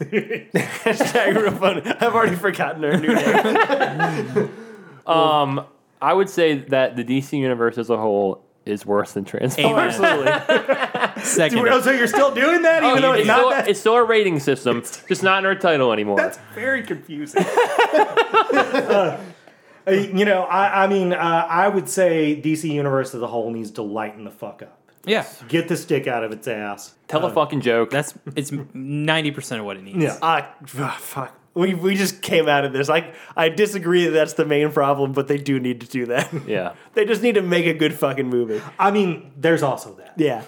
Speaker 1: Hashtag real fun. I've already forgotten our new name.
Speaker 2: Um, I would say that the DC Universe as a whole is worse than Transformers.
Speaker 3: Amen.
Speaker 1: Absolutely.
Speaker 3: Second.
Speaker 4: Oh, So you're still doing that, even though
Speaker 2: it's,
Speaker 4: it's not
Speaker 2: still,
Speaker 4: that.
Speaker 2: it's still a rating system, just not in our title anymore.
Speaker 4: That's very confusing. Uh, you know, I, I mean, uh, I would say DC Universe as a whole needs to lighten the fuck up.
Speaker 3: yeah.
Speaker 4: Get the stick out of its ass.
Speaker 2: Tell a fucking joke.
Speaker 3: That's it's ninety percent of what it needs.
Speaker 4: Yeah.
Speaker 1: I ah, fuck. We, we just came out of this. I I disagree that that's the main problem, but they do need to do that.
Speaker 2: yeah.
Speaker 1: they just need to make a good fucking movie.
Speaker 4: I mean, there's also that.
Speaker 1: Yeah.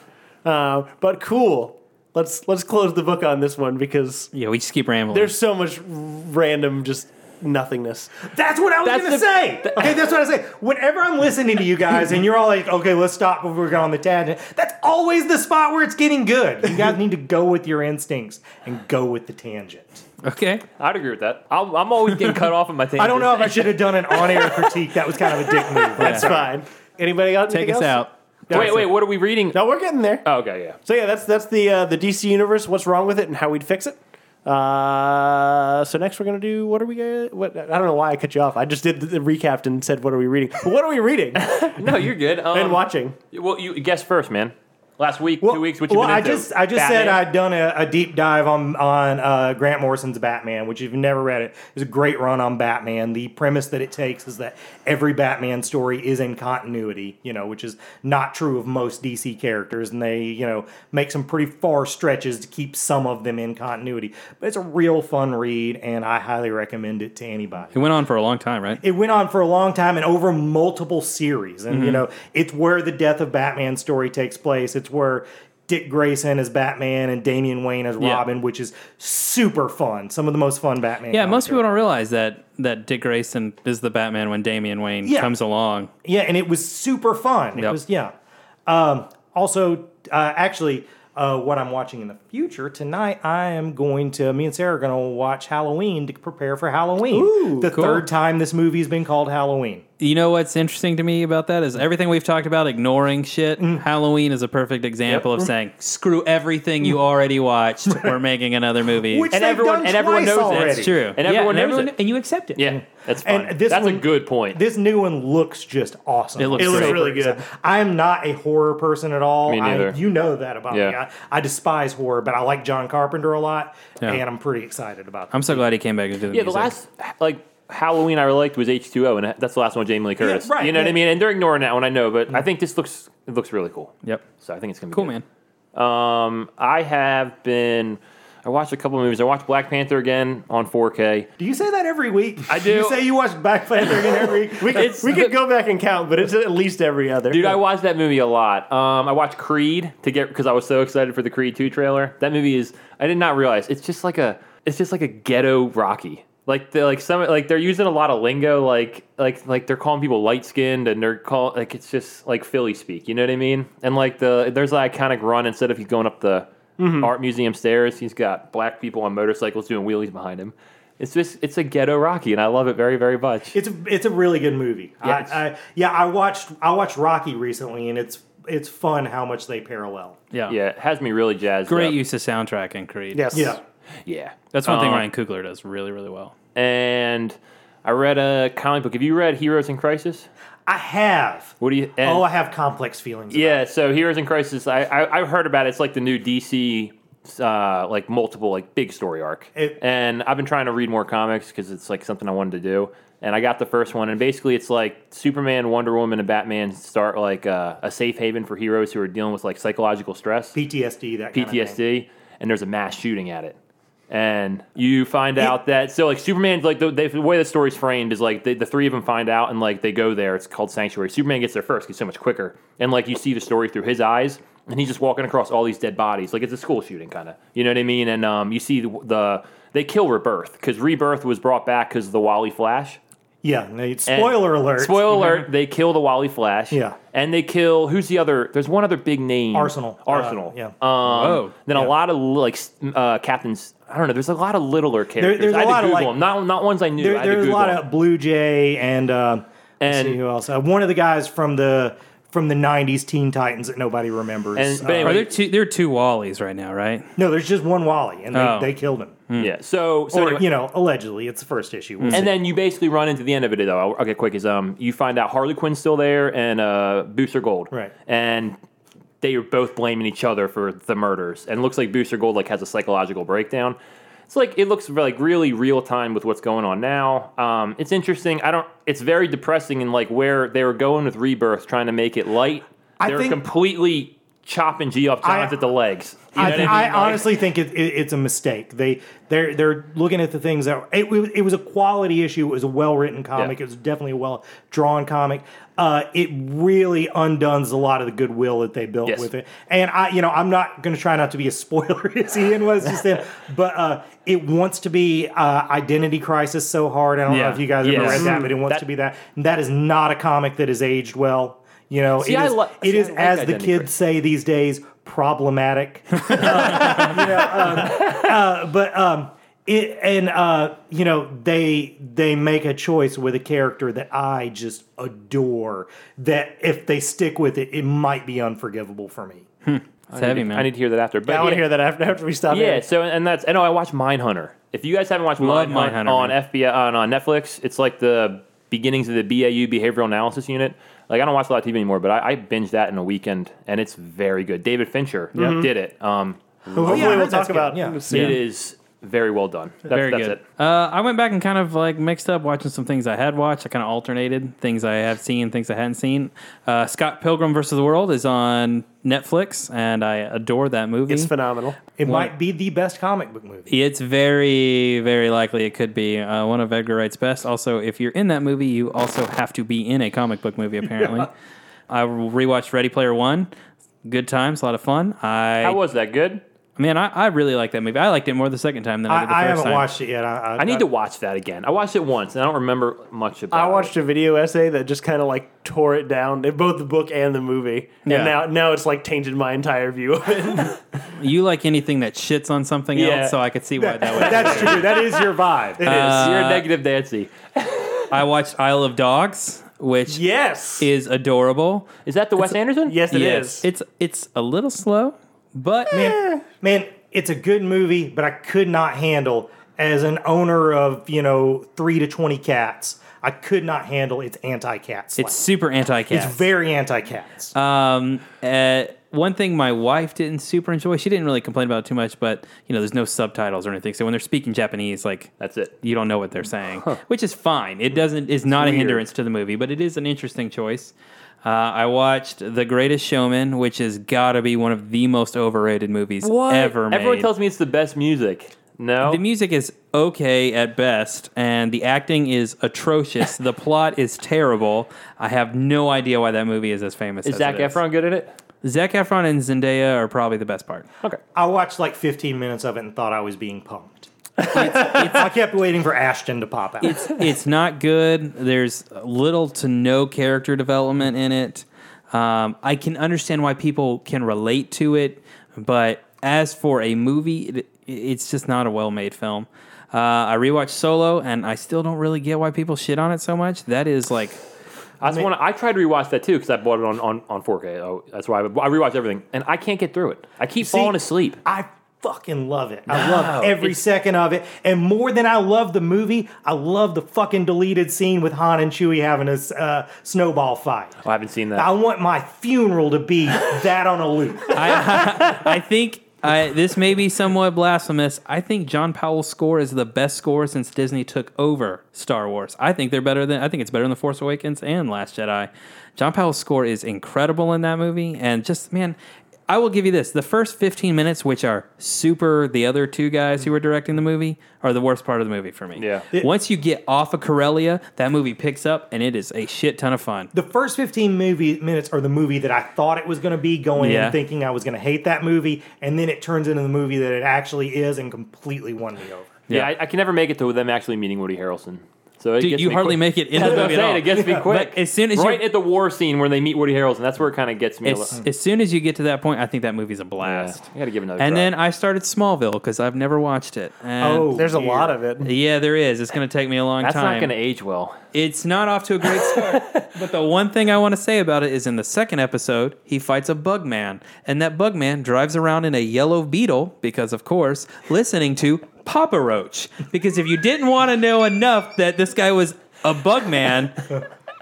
Speaker 1: Uh, but cool. Let's let's close the book on this one because
Speaker 3: Yeah, we just keep rambling.
Speaker 1: there's so much random just nothingness.
Speaker 4: That's what I was
Speaker 2: That's
Speaker 4: gonna
Speaker 2: the-
Speaker 4: say. okay, that's what I say. Whenever I'm listening to you guys and you're all like, okay, let's stop before we go on the tangent, that's always the spot where it's getting good. You guys need to go with your instincts and go with the tangent.
Speaker 3: okay.
Speaker 2: I'd agree with that. I'm, I'm always getting cut off in my tangents.
Speaker 4: I don't know if I should have done an on air critique. That was kind of a dick move.
Speaker 1: That's fine. Anybody else?
Speaker 3: Take
Speaker 1: anything
Speaker 3: us
Speaker 1: else?
Speaker 3: out.
Speaker 2: Wait, wait. What are we reading?
Speaker 1: No, we're getting there.
Speaker 2: Oh, okay, yeah.
Speaker 1: So yeah, that's that's the uh, the DC universe. What's wrong with it and how we'd fix it. Uh, so next we're gonna do what are we gonna? What I don't know why I cut you off. I just did the, the recap and said what are we reading? But what are we reading
Speaker 2: No, you're good. Um,
Speaker 1: and watching?
Speaker 2: Well, you guess first, man. last week, two weeks. What you
Speaker 4: well,
Speaker 2: been
Speaker 4: I
Speaker 2: into?
Speaker 4: just I just said
Speaker 2: Batman?
Speaker 4: I'd done a, a deep dive on on uh, Grant Morrison's Batman, which if you've never read it, it's a great run on Batman. The premise that it takes is that every Batman story is in continuity, you know, which is not true of most DC characters, and they you know make some pretty far stretches to keep some of them in continuity. But it's a real fun read, and I highly recommend it to anybody
Speaker 3: It went on for a long time, right?
Speaker 4: it went on for a long time and over multiple series. And you
Speaker 3: Mm-hmm.
Speaker 4: know, it's where the death of Batman story takes place. It's where Dick Grayson as Batman and Damian Wayne as
Speaker 3: Yeah.
Speaker 4: Robin, which is super fun. Some of the most fun Batman.
Speaker 3: yeah, most
Speaker 4: comics.
Speaker 3: people don't realize that that Dick Grayson is the Batman when Damian Wayne
Speaker 4: Yeah.
Speaker 3: comes along.
Speaker 4: Yeah, and it was super fun. It
Speaker 3: Yep.
Speaker 4: was yeah. Um, also, uh, actually, uh, what I'm watching in the future tonight, I am going to. Me and Sarah are going to watch Halloween to prepare for Halloween. the
Speaker 3: cool.
Speaker 4: third time this movie's been called Halloween.
Speaker 3: You know what's interesting to me about that is everything we've talked about ignoring shit.
Speaker 2: Mm.
Speaker 3: Halloween is a perfect example of saying screw everything you already watched. We're making another movie.
Speaker 4: Which
Speaker 2: And
Speaker 4: they've
Speaker 2: everyone-
Speaker 4: done
Speaker 2: and everyone
Speaker 4: twice
Speaker 2: knows it.
Speaker 4: already.
Speaker 2: That's
Speaker 3: It's true.
Speaker 2: And everyone knows it.
Speaker 3: and you accept it.
Speaker 2: Yeah, that's fun.
Speaker 4: And this
Speaker 2: that's a
Speaker 4: one-
Speaker 2: good point.
Speaker 4: This new one looks just awesome.
Speaker 3: It looks It looks great.
Speaker 1: really good.
Speaker 4: I am not a horror person at all.
Speaker 2: Me neither.
Speaker 4: I, you know that about me.
Speaker 2: Yeah.
Speaker 4: I, I despise horror, but I like John Carpenter a lot,
Speaker 3: Yeah.
Speaker 4: and I'm pretty excited about that.
Speaker 3: I'm so glad he came back to do the
Speaker 2: yeah, the
Speaker 3: music.
Speaker 2: last like Halloween I liked was H two O, and that's the last one with Jamie Lee Curtis.
Speaker 4: right,
Speaker 2: You know what
Speaker 4: yeah.
Speaker 2: I mean? And they're ignoring that one, I know, but I think this looks it looks really cool.
Speaker 3: Yep.
Speaker 2: So I think it's gonna be
Speaker 3: Cool
Speaker 2: good.
Speaker 3: man.
Speaker 2: Um, I have been. I watched a couple of movies. I watched Black Panther again on 4K.
Speaker 4: Do you say that every week?
Speaker 2: I do.
Speaker 4: You say you watch Black Panther again every week. We could-
Speaker 2: It's
Speaker 1: We
Speaker 2: the-
Speaker 1: could go back and count, but it's at least every other.
Speaker 2: Dude, I watched that movie a lot. Um, I watched Creed to get because I was so excited for the Creed 2 trailer. That movie is I did not realize it's just like a it's just like a ghetto Rocky. Like they like some like they're using a lot of lingo like like like they're calling people light skinned and they're call like it's just like Philly speak. You know what I mean? And like the there's that iconic run instead of he's going up the art museum stairs, he's got black people on motorcycles doing wheelies behind him. It's just it's a ghetto Rocky, and I love it very very much.
Speaker 4: It's a, it's a really good movie.
Speaker 2: Yeah, it's-
Speaker 4: I, I, yeah, I watched I watched Rocky recently, and it's it's fun how much they parallel.
Speaker 3: Yeah.
Speaker 2: yeah, it has me really jazzed.
Speaker 3: Great
Speaker 2: up.
Speaker 3: use of soundtrack in Creed.
Speaker 1: yes,
Speaker 4: Yeah.
Speaker 2: yeah.
Speaker 3: That's one thing
Speaker 2: Um,
Speaker 3: Ryan Coogler does really, really well.
Speaker 2: and I read a comic book. Have you read Heroes in Crisis?
Speaker 4: I have.
Speaker 2: What do you? And,
Speaker 4: Oh, I have complex feelings. about
Speaker 2: yeah. So Heroes in Crisis, I, I I heard about it. it's like the new DC, uh, like multiple like big story arc.
Speaker 4: It-
Speaker 2: and I've been trying to read more comics because it's like something I wanted to do. And I got the first one, and basically it's like Superman, Wonder Woman, and Batman start like uh, a safe haven for heroes who are dealing with like psychological stress,
Speaker 4: PTSD. That kind of thing.
Speaker 2: PTSD, and there's a mass shooting at it. And you find out that so like Superman like the, the the way the story's framed is like the, the three of them find out and like they go there. It's called Sanctuary. Superman gets there first. He's so much quicker, and like you see the story through his eyes, and he's just walking across all these dead bodies. Like it's a school shooting kind of, you know what I mean? And um, you see the, the they kill Rebirth because Rebirth was brought back because of the Wally Flash.
Speaker 4: Yeah. no,
Speaker 2: And-
Speaker 4: Spoiler alert.
Speaker 2: Spoiler alert! They kill the Wally Flash.
Speaker 4: Mm-hmm. Yeah.
Speaker 2: and they kill who's the other? There's one other big name.
Speaker 4: Arsenal. Uh,
Speaker 2: Arsenal.
Speaker 4: yeah.
Speaker 2: Um,
Speaker 3: Whoa.
Speaker 2: Then a lot of like s- uh, captains. I don't know. There's a lot of littler characters.
Speaker 4: there's
Speaker 2: I had
Speaker 4: a
Speaker 2: to
Speaker 4: lot of,
Speaker 2: Google
Speaker 4: like-
Speaker 2: them. Not not ones I knew.
Speaker 4: There,
Speaker 2: I had to
Speaker 4: there's a
Speaker 2: Google
Speaker 4: lot
Speaker 2: them.
Speaker 4: of Blue Jay and um, and
Speaker 2: And-
Speaker 4: see who else? Uh, one of the guys from the from the '90s Teen Titans that nobody remembers.
Speaker 2: And- but
Speaker 4: Uh,
Speaker 2: anyway-
Speaker 3: Are there two? There are two Wallies right now, right?
Speaker 4: no, there's just one Wally, and they,
Speaker 3: Oh.
Speaker 4: they killed him.
Speaker 2: yeah. So so
Speaker 4: Or
Speaker 2: anyway-
Speaker 4: you know, allegedly, it's the first issue. We'll see.
Speaker 2: and then you basically run into the end of it though. I'll, I'll get quick. Is um you find out Harley Quinn's still there and uh Booster Gold.
Speaker 4: Right.
Speaker 2: And they are both blaming each other for the murders. And it looks like Booster Gold like has a psychological breakdown. It's like it looks like really real time with what's going on now. Um, it's interesting. I don't. It's very depressing in like where they were going with Rebirth, trying to make it light.
Speaker 4: I
Speaker 2: They're
Speaker 4: think-
Speaker 2: completely chopping G off Johns
Speaker 4: I-
Speaker 2: at the legs. You know
Speaker 4: I,
Speaker 2: what
Speaker 4: think-
Speaker 2: I
Speaker 4: I
Speaker 2: mean? Like-
Speaker 4: honestly think it, it, it's a mistake. They they're they're looking at the things that it, was- it was a quality issue. It was a well written comic.
Speaker 2: Yeah.
Speaker 4: It was definitely a well drawn comic. Uh, it really undoes a lot of the goodwill that they built
Speaker 2: Yes.
Speaker 4: with it. And I you know I'm not going to try not to be as spoiler as Ian was just then, but uh, it wants to be uh, identity crisis so hard. I don't know
Speaker 3: Yeah.
Speaker 4: if you guys ever
Speaker 2: Yes.
Speaker 4: read that, but it wants
Speaker 2: That-
Speaker 4: to be that. And that is not a comic that is aged well. You know,
Speaker 2: See,
Speaker 4: it
Speaker 2: I
Speaker 4: is,
Speaker 2: lo-
Speaker 4: it
Speaker 2: see,
Speaker 4: is
Speaker 2: I like
Speaker 4: as the
Speaker 2: Identity
Speaker 4: kids
Speaker 2: Crisis.
Speaker 4: say these days, problematic but um it and uh you know they they make a choice with a character that i just adore that if they stick with it it might be unforgivable for me
Speaker 3: It's heavy, man.
Speaker 2: I need to hear that after. But
Speaker 1: I want
Speaker 2: yeah.
Speaker 1: to hear that after after we stop.
Speaker 2: Yeah,
Speaker 1: it.
Speaker 2: so and that's and oh, I watched Mindhunter. If you guys haven't watched
Speaker 3: Love
Speaker 2: Mindhunter
Speaker 3: Mindhunter,
Speaker 2: on
Speaker 3: man.
Speaker 2: FBI on, on Netflix, it's like the beginnings of the BAU behavioral analysis unit. Like I don't watch a lot of TV anymore, but I, I binged that in a weekend, and it's very good. David Fincher did it. Um,
Speaker 1: Hopefully,
Speaker 4: Oh, yeah, I heard
Speaker 1: we'll
Speaker 4: that's
Speaker 1: talk
Speaker 4: good,
Speaker 1: about
Speaker 4: yeah.
Speaker 2: It is very well done. That's,
Speaker 3: Very
Speaker 2: that's
Speaker 3: good.
Speaker 2: it.
Speaker 3: Uh, I went back and kind of like mixed up watching some things I had watched. I kind of alternated things I have seen, things I hadn't seen. Uh, Scott Pilgrim versus the World is on Netflix, and I adore that movie.
Speaker 1: It's phenomenal.
Speaker 4: It might be the best comic book movie.
Speaker 3: It's very, very likely it could be uh, one of Edgar Wright's best. Also, if you're in that movie, you also have to be in a comic book movie, apparently. I rewatched Ready Player One. Good times, a lot of fun. I
Speaker 2: How was that? Good.
Speaker 3: man, I, I really like that movie. I liked it more the second time than I did the
Speaker 4: I, I
Speaker 3: first
Speaker 4: haven't
Speaker 3: time.
Speaker 4: watched it yet. I,
Speaker 2: I need to watch that again. I watched it once, and I don't remember much about.
Speaker 1: I watched a video essay that just kind of like tore it down, eh, both the book and the movie.
Speaker 3: Yeah.
Speaker 1: And now, now it's like changing my entire view of it.
Speaker 3: You like anything that shits on something
Speaker 2: Yeah.
Speaker 3: else, so I could see why that would.
Speaker 4: That's true. That is your vibe.
Speaker 1: It is.
Speaker 2: It. You're a negative Nancy.
Speaker 3: I watched Isle of Dogs, which
Speaker 1: yes.
Speaker 3: is adorable.
Speaker 2: Is that the Wes Anderson?
Speaker 1: yes, it is.
Speaker 3: it's it's a little slow, but
Speaker 4: Man, it's a good movie, but I could not handle as an owner of, you know, three to 20 cats. I could not handle its anti cats.
Speaker 3: it's super anti-cat.
Speaker 4: it's very anti cats.
Speaker 3: Um, uh, one thing my wife didn't super enjoy. She didn't really complain about it too much, but you know, there's no subtitles or anything. So when they're speaking Japanese, like
Speaker 2: That's it.
Speaker 3: you don't know what they're saying, which is fine. It doesn't is not a
Speaker 2: weird.
Speaker 3: hindrance to the movie, but it is an interesting choice. Uh, I watched The Greatest Showman, which has got to be one of the most overrated movies ever made.
Speaker 2: Everyone tells me it's the best music. No.
Speaker 3: the music is okay at best, and the acting is atrocious. the plot is terrible. I have no idea why that movie is as famous.
Speaker 2: is
Speaker 3: as
Speaker 2: Zach
Speaker 3: it
Speaker 2: Efron good at it?
Speaker 3: Zac Efron and Zendaya are probably the best part.
Speaker 2: Okay.
Speaker 4: I watched like 15 minutes of it and thought I was being pumped. I kept waiting for Ashton to pop out.
Speaker 3: it's not good. There's little to no character development in it. Um, I can understand why people can relate to it, but as for a movie, it, it's just not a well-made film. Uh, I rewatched Solo, and I still don't really get why people shit on it so much. That is like
Speaker 2: I, just wanna, I tried to rewatch that too because I bought it on, on, on 4K. Oh, that's why I, I rewatched everything, and I can't get through it. I keep falling asleep.
Speaker 4: I fucking love it. I love every second of it. And more than I love the movie, I love the fucking deleted scene with Han and Chewie having a s- uh, snowball fight.
Speaker 2: Oh, I haven't seen that.
Speaker 4: I want my funeral to be that on a loop.
Speaker 3: I think I, this may be somewhat blasphemous. I think John Powell's score is the best score since Disney took over Star Wars. I think they're better than I think it's better than The Force Awakens and Last Jedi. John Powell's score is incredible in that movie, and just man. I will give you this. The first 15 minutes, which are super, the other two guys who were directing the movie, are the worst part of the movie for me.
Speaker 2: Yeah.
Speaker 3: Once you get off of Corellia, that movie picks up and it is a shit ton of fun.
Speaker 4: The first 15 movie minutes are the movie that I thought it was going to be going
Speaker 3: Yeah.
Speaker 4: in thinking I was going to hate that movie and then it turns into the movie that it actually is and completely won me over.
Speaker 2: yeah, I, I can never make it to them actually meeting Woody Harrelson. So it
Speaker 3: Dude,
Speaker 2: gets
Speaker 3: you
Speaker 2: me
Speaker 3: hardly
Speaker 2: quick.
Speaker 3: make it in
Speaker 2: That's
Speaker 3: the
Speaker 2: what I'm
Speaker 3: movie at
Speaker 2: saying.
Speaker 3: all.
Speaker 2: It gets me quick.
Speaker 3: But as soon as
Speaker 2: right
Speaker 3: you,
Speaker 2: at the war scene where they meet Woody Harrelson, that's where it kind of gets me. a
Speaker 3: As,
Speaker 2: little,
Speaker 3: as soon as you get to that point, I think that movie's a
Speaker 2: yeah,
Speaker 3: blast.
Speaker 2: I got to give it another.
Speaker 3: And
Speaker 2: try.
Speaker 3: then I started Smallville because I've never watched it. And
Speaker 4: Oh.
Speaker 1: There's a
Speaker 4: dear.
Speaker 1: lot of it.
Speaker 3: Yeah, there is. It's going to take me a long
Speaker 2: that's
Speaker 3: time.
Speaker 2: not going to age well.
Speaker 3: It's not off to a great start. but the one thing I want to say about it is in the second episode, he fights a bug man. And that bug man drives around in a yellow beetle because, of course, listening to Papa Roach. Because if you didn't want to know enough that this guy was a bug man,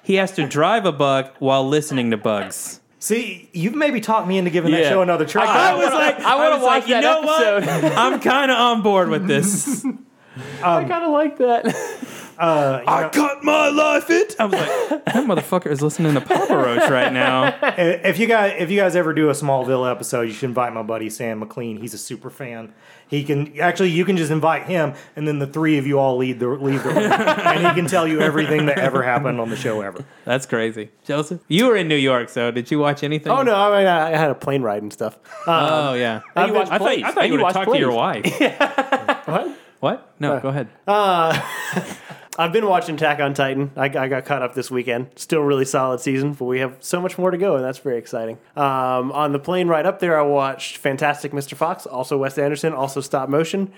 Speaker 3: he has to drive a bug while listening to bugs.
Speaker 4: See, you've maybe talked me into giving that
Speaker 2: Yeah.
Speaker 4: show another try.
Speaker 2: I
Speaker 3: was like,
Speaker 2: I wanna
Speaker 3: I was
Speaker 2: watch
Speaker 3: like, you
Speaker 2: that
Speaker 3: know what?
Speaker 2: episode.
Speaker 3: I'm kind of on board with this.
Speaker 2: I kind of like that.
Speaker 3: I cut my life it. I was like, that motherfucker is listening to Papa Roach right now.
Speaker 4: "Uh, If you guys if you guys ever do a Smallville episode, you should invite my buddy Sam McLean. He's a super fan. He can actually you can just invite him, and then the three of you all lead the leave the room, and he can tell you everything that ever happened on the show ever.
Speaker 3: That's crazy. Joseph, you were in New York, so did you watch anything?
Speaker 1: Oh, no. I mean, I I had a plane ride and stuff. Uh,
Speaker 3: Oh yeah.
Speaker 2: And you
Speaker 3: I
Speaker 2: watch
Speaker 3: thought,
Speaker 2: plays.
Speaker 3: I thought
Speaker 2: And
Speaker 3: you
Speaker 2: you
Speaker 3: were
Speaker 2: watch
Speaker 3: talking to your
Speaker 2: plays.
Speaker 3: wife.
Speaker 1: what?
Speaker 3: what? No, go ahead.
Speaker 1: I've been watching Attack on Titan. I, I got caught up this weekend. Still really solid season, but we have so much more to go, and that's very exciting. Um, on the plane right up there, I watched Fantastic Mr. Fox, also Wes Anderson, also stop motion.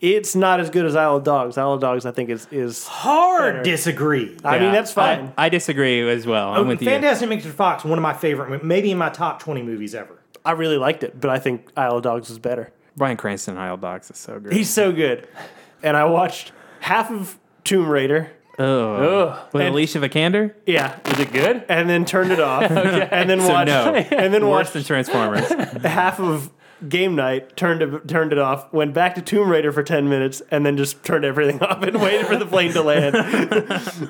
Speaker 1: It's not as good as Isle of Dogs. Isle of Dogs, I think, is is.
Speaker 4: Hard disagree.
Speaker 1: I mean, that's fine. Oh,
Speaker 3: I, I disagree as well. I'm with you.
Speaker 4: Fantastic Mr. Fox, one of my favorite, mo- maybe in my top twenty movies ever.
Speaker 1: I, really liked it, but I think Isle of Dogs is better.
Speaker 3: Brian Cranston Isle Dogs is so great.
Speaker 1: He's so good. And I watched half of Tomb Raider
Speaker 2: Ugh.
Speaker 3: With
Speaker 1: And-
Speaker 3: Alicia Vikander?
Speaker 1: Yeah,
Speaker 2: Is it good?
Speaker 1: and then turned it off, and then
Speaker 3: So
Speaker 1: watched,
Speaker 3: no.
Speaker 1: and then
Speaker 3: Worse
Speaker 1: watched
Speaker 3: than Transformers.
Speaker 1: half of game night. Turned it, turned it off. Went back to Tomb Raider for ten minutes, and then just turned everything off and waited for the plane to land.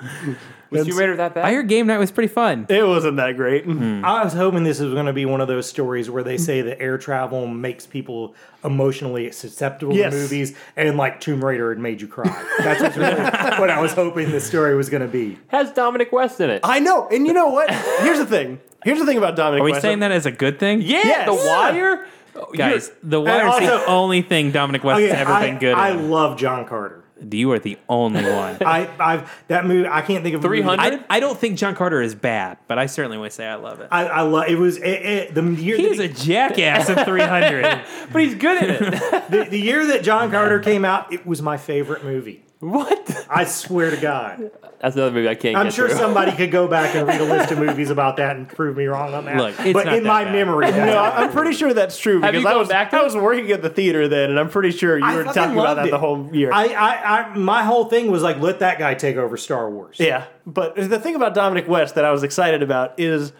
Speaker 2: Was Tomb Raider that bad?
Speaker 3: I heard Game Night was pretty fun.
Speaker 1: It wasn't that great.
Speaker 2: Hmm.
Speaker 3: Mm.
Speaker 4: I was hoping this was going to be one of those stories where they say that air travel makes people emotionally susceptible
Speaker 1: Yes.
Speaker 4: to movies, and like Tomb Raider, it made you cry. That's what's really what I was hoping this story was going to be.
Speaker 2: Has Dominic West in it?
Speaker 1: I know, and you know what? Here's the thing. Here's the thing about Dominic.
Speaker 3: Are we
Speaker 1: West.
Speaker 3: saying that as a good thing?
Speaker 2: yeah,
Speaker 1: Yes.
Speaker 2: The
Speaker 1: Yeah.
Speaker 2: Wire. Oh, you're-
Speaker 3: Guys, The Wire's the
Speaker 4: also-
Speaker 3: only thing Dominic West has
Speaker 4: Okay,
Speaker 3: ever
Speaker 4: Oh, I,
Speaker 3: been good
Speaker 4: I
Speaker 3: in.
Speaker 4: love John Carter.
Speaker 3: you are the only one.
Speaker 4: I, I've that movie. I can't think of a movie-
Speaker 2: 300?
Speaker 3: I, I don't think John Carter is bad, but I certainly would say I love it.
Speaker 4: I, I love it. Was it, it, the year
Speaker 3: He
Speaker 4: that
Speaker 3: is a jackass in 300.
Speaker 2: but he's good in it.
Speaker 4: the, the year that John Carter came out? It was my favorite movie.
Speaker 2: what?
Speaker 4: I swear to God.
Speaker 2: That's another movie I can't.
Speaker 4: I'm
Speaker 2: get
Speaker 4: sure
Speaker 2: through.
Speaker 4: somebody could go back and read a list of movies about that and prove me wrong on that.
Speaker 3: Look, it's
Speaker 4: but
Speaker 3: not
Speaker 4: in
Speaker 3: that
Speaker 4: my
Speaker 3: bad.
Speaker 4: memory,
Speaker 1: No, I- I'm pretty sure that's true
Speaker 2: Have you
Speaker 1: because I
Speaker 2: gone
Speaker 1: was
Speaker 2: back to
Speaker 1: I
Speaker 2: it?
Speaker 1: was working at the theater then, and I'm pretty sure you
Speaker 4: I
Speaker 1: were
Speaker 4: fucking
Speaker 1: talking about
Speaker 4: loved
Speaker 1: that
Speaker 4: it.
Speaker 1: the whole year.
Speaker 4: I, I, I, my whole thing was like, let that guy take over Star Wars.
Speaker 1: yeah, but the thing about Dominic West that I was excited about is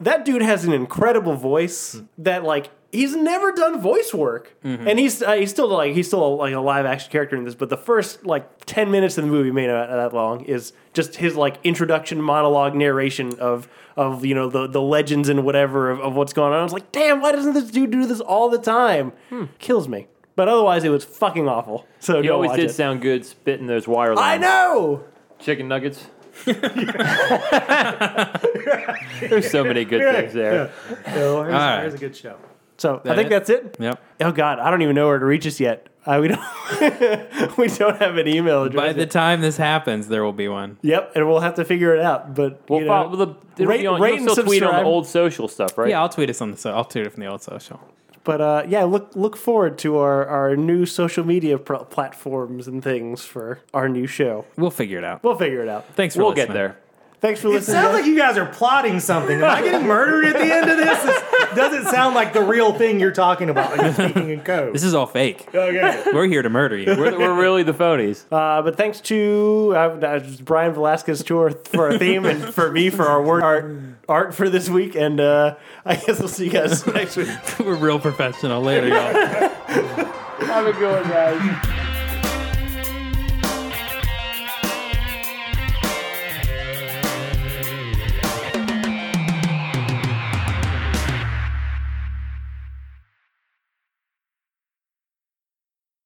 Speaker 1: that dude has an incredible voice
Speaker 2: Hmm.
Speaker 1: that like he's never done voice work,
Speaker 2: Mm-hmm.
Speaker 1: and he's uh, he's still like he's still like a live action character in this. But the first like ten minutes of the movie, may not that long, is just his like introduction monologue narration of of you know the the legends and whatever of, of what's going on. I was like, damn, why doesn't this dude do this all the time? Kills me. But otherwise, it was fucking awful. So
Speaker 2: Hmm. He
Speaker 1: go
Speaker 2: always
Speaker 1: watch
Speaker 2: did
Speaker 1: it.
Speaker 2: sound good spitting those wire
Speaker 1: I
Speaker 2: lines.
Speaker 1: know.
Speaker 2: Chicken nuggets. There's so many good things there.
Speaker 4: So here's,
Speaker 3: right.
Speaker 4: here's a good show.
Speaker 1: So I
Speaker 3: That
Speaker 1: think
Speaker 3: it?
Speaker 1: that's it.
Speaker 3: yep.
Speaker 1: Oh God, I don't even know where to reach us yet. Uh, we don't. we don't have an email address.
Speaker 3: By the time this happens, there will be one.
Speaker 1: yep, and we'll have to figure it out. But
Speaker 2: We'll
Speaker 1: you know,
Speaker 2: follow the. it'll
Speaker 1: rate-
Speaker 2: be on,
Speaker 1: rate
Speaker 2: you'll
Speaker 1: and
Speaker 2: still tweet on
Speaker 1: subscribe.
Speaker 2: the old social stuff, right?
Speaker 3: Yeah, I'll tweet us on the so I'll tweet it from the old social.
Speaker 1: but uh, yeah, look look forward to our our new social media pro- platforms and things for our new show.
Speaker 3: We'll figure it out.
Speaker 1: We'll figure it out.
Speaker 3: Thanks for
Speaker 2: We'll
Speaker 3: listening.
Speaker 2: get there.
Speaker 1: Thanks for
Speaker 4: It
Speaker 1: listening.
Speaker 4: sounds like you guys are plotting something. Am I getting murdered at the end of this? This doesn't sound like the real thing you're talking about. Like you're speaking in code.
Speaker 3: This is all fake.
Speaker 4: Okay.
Speaker 3: We're here to murder you.
Speaker 2: We're, we're really the phonies.
Speaker 1: uh, but thanks to uh, uh, Brian Velasquez tour for our theme and for me for our word art art for this week. And uh, I guess we'll see you guys next week.
Speaker 3: We're real professional. Later, y'all.
Speaker 1: Have a good one, guys.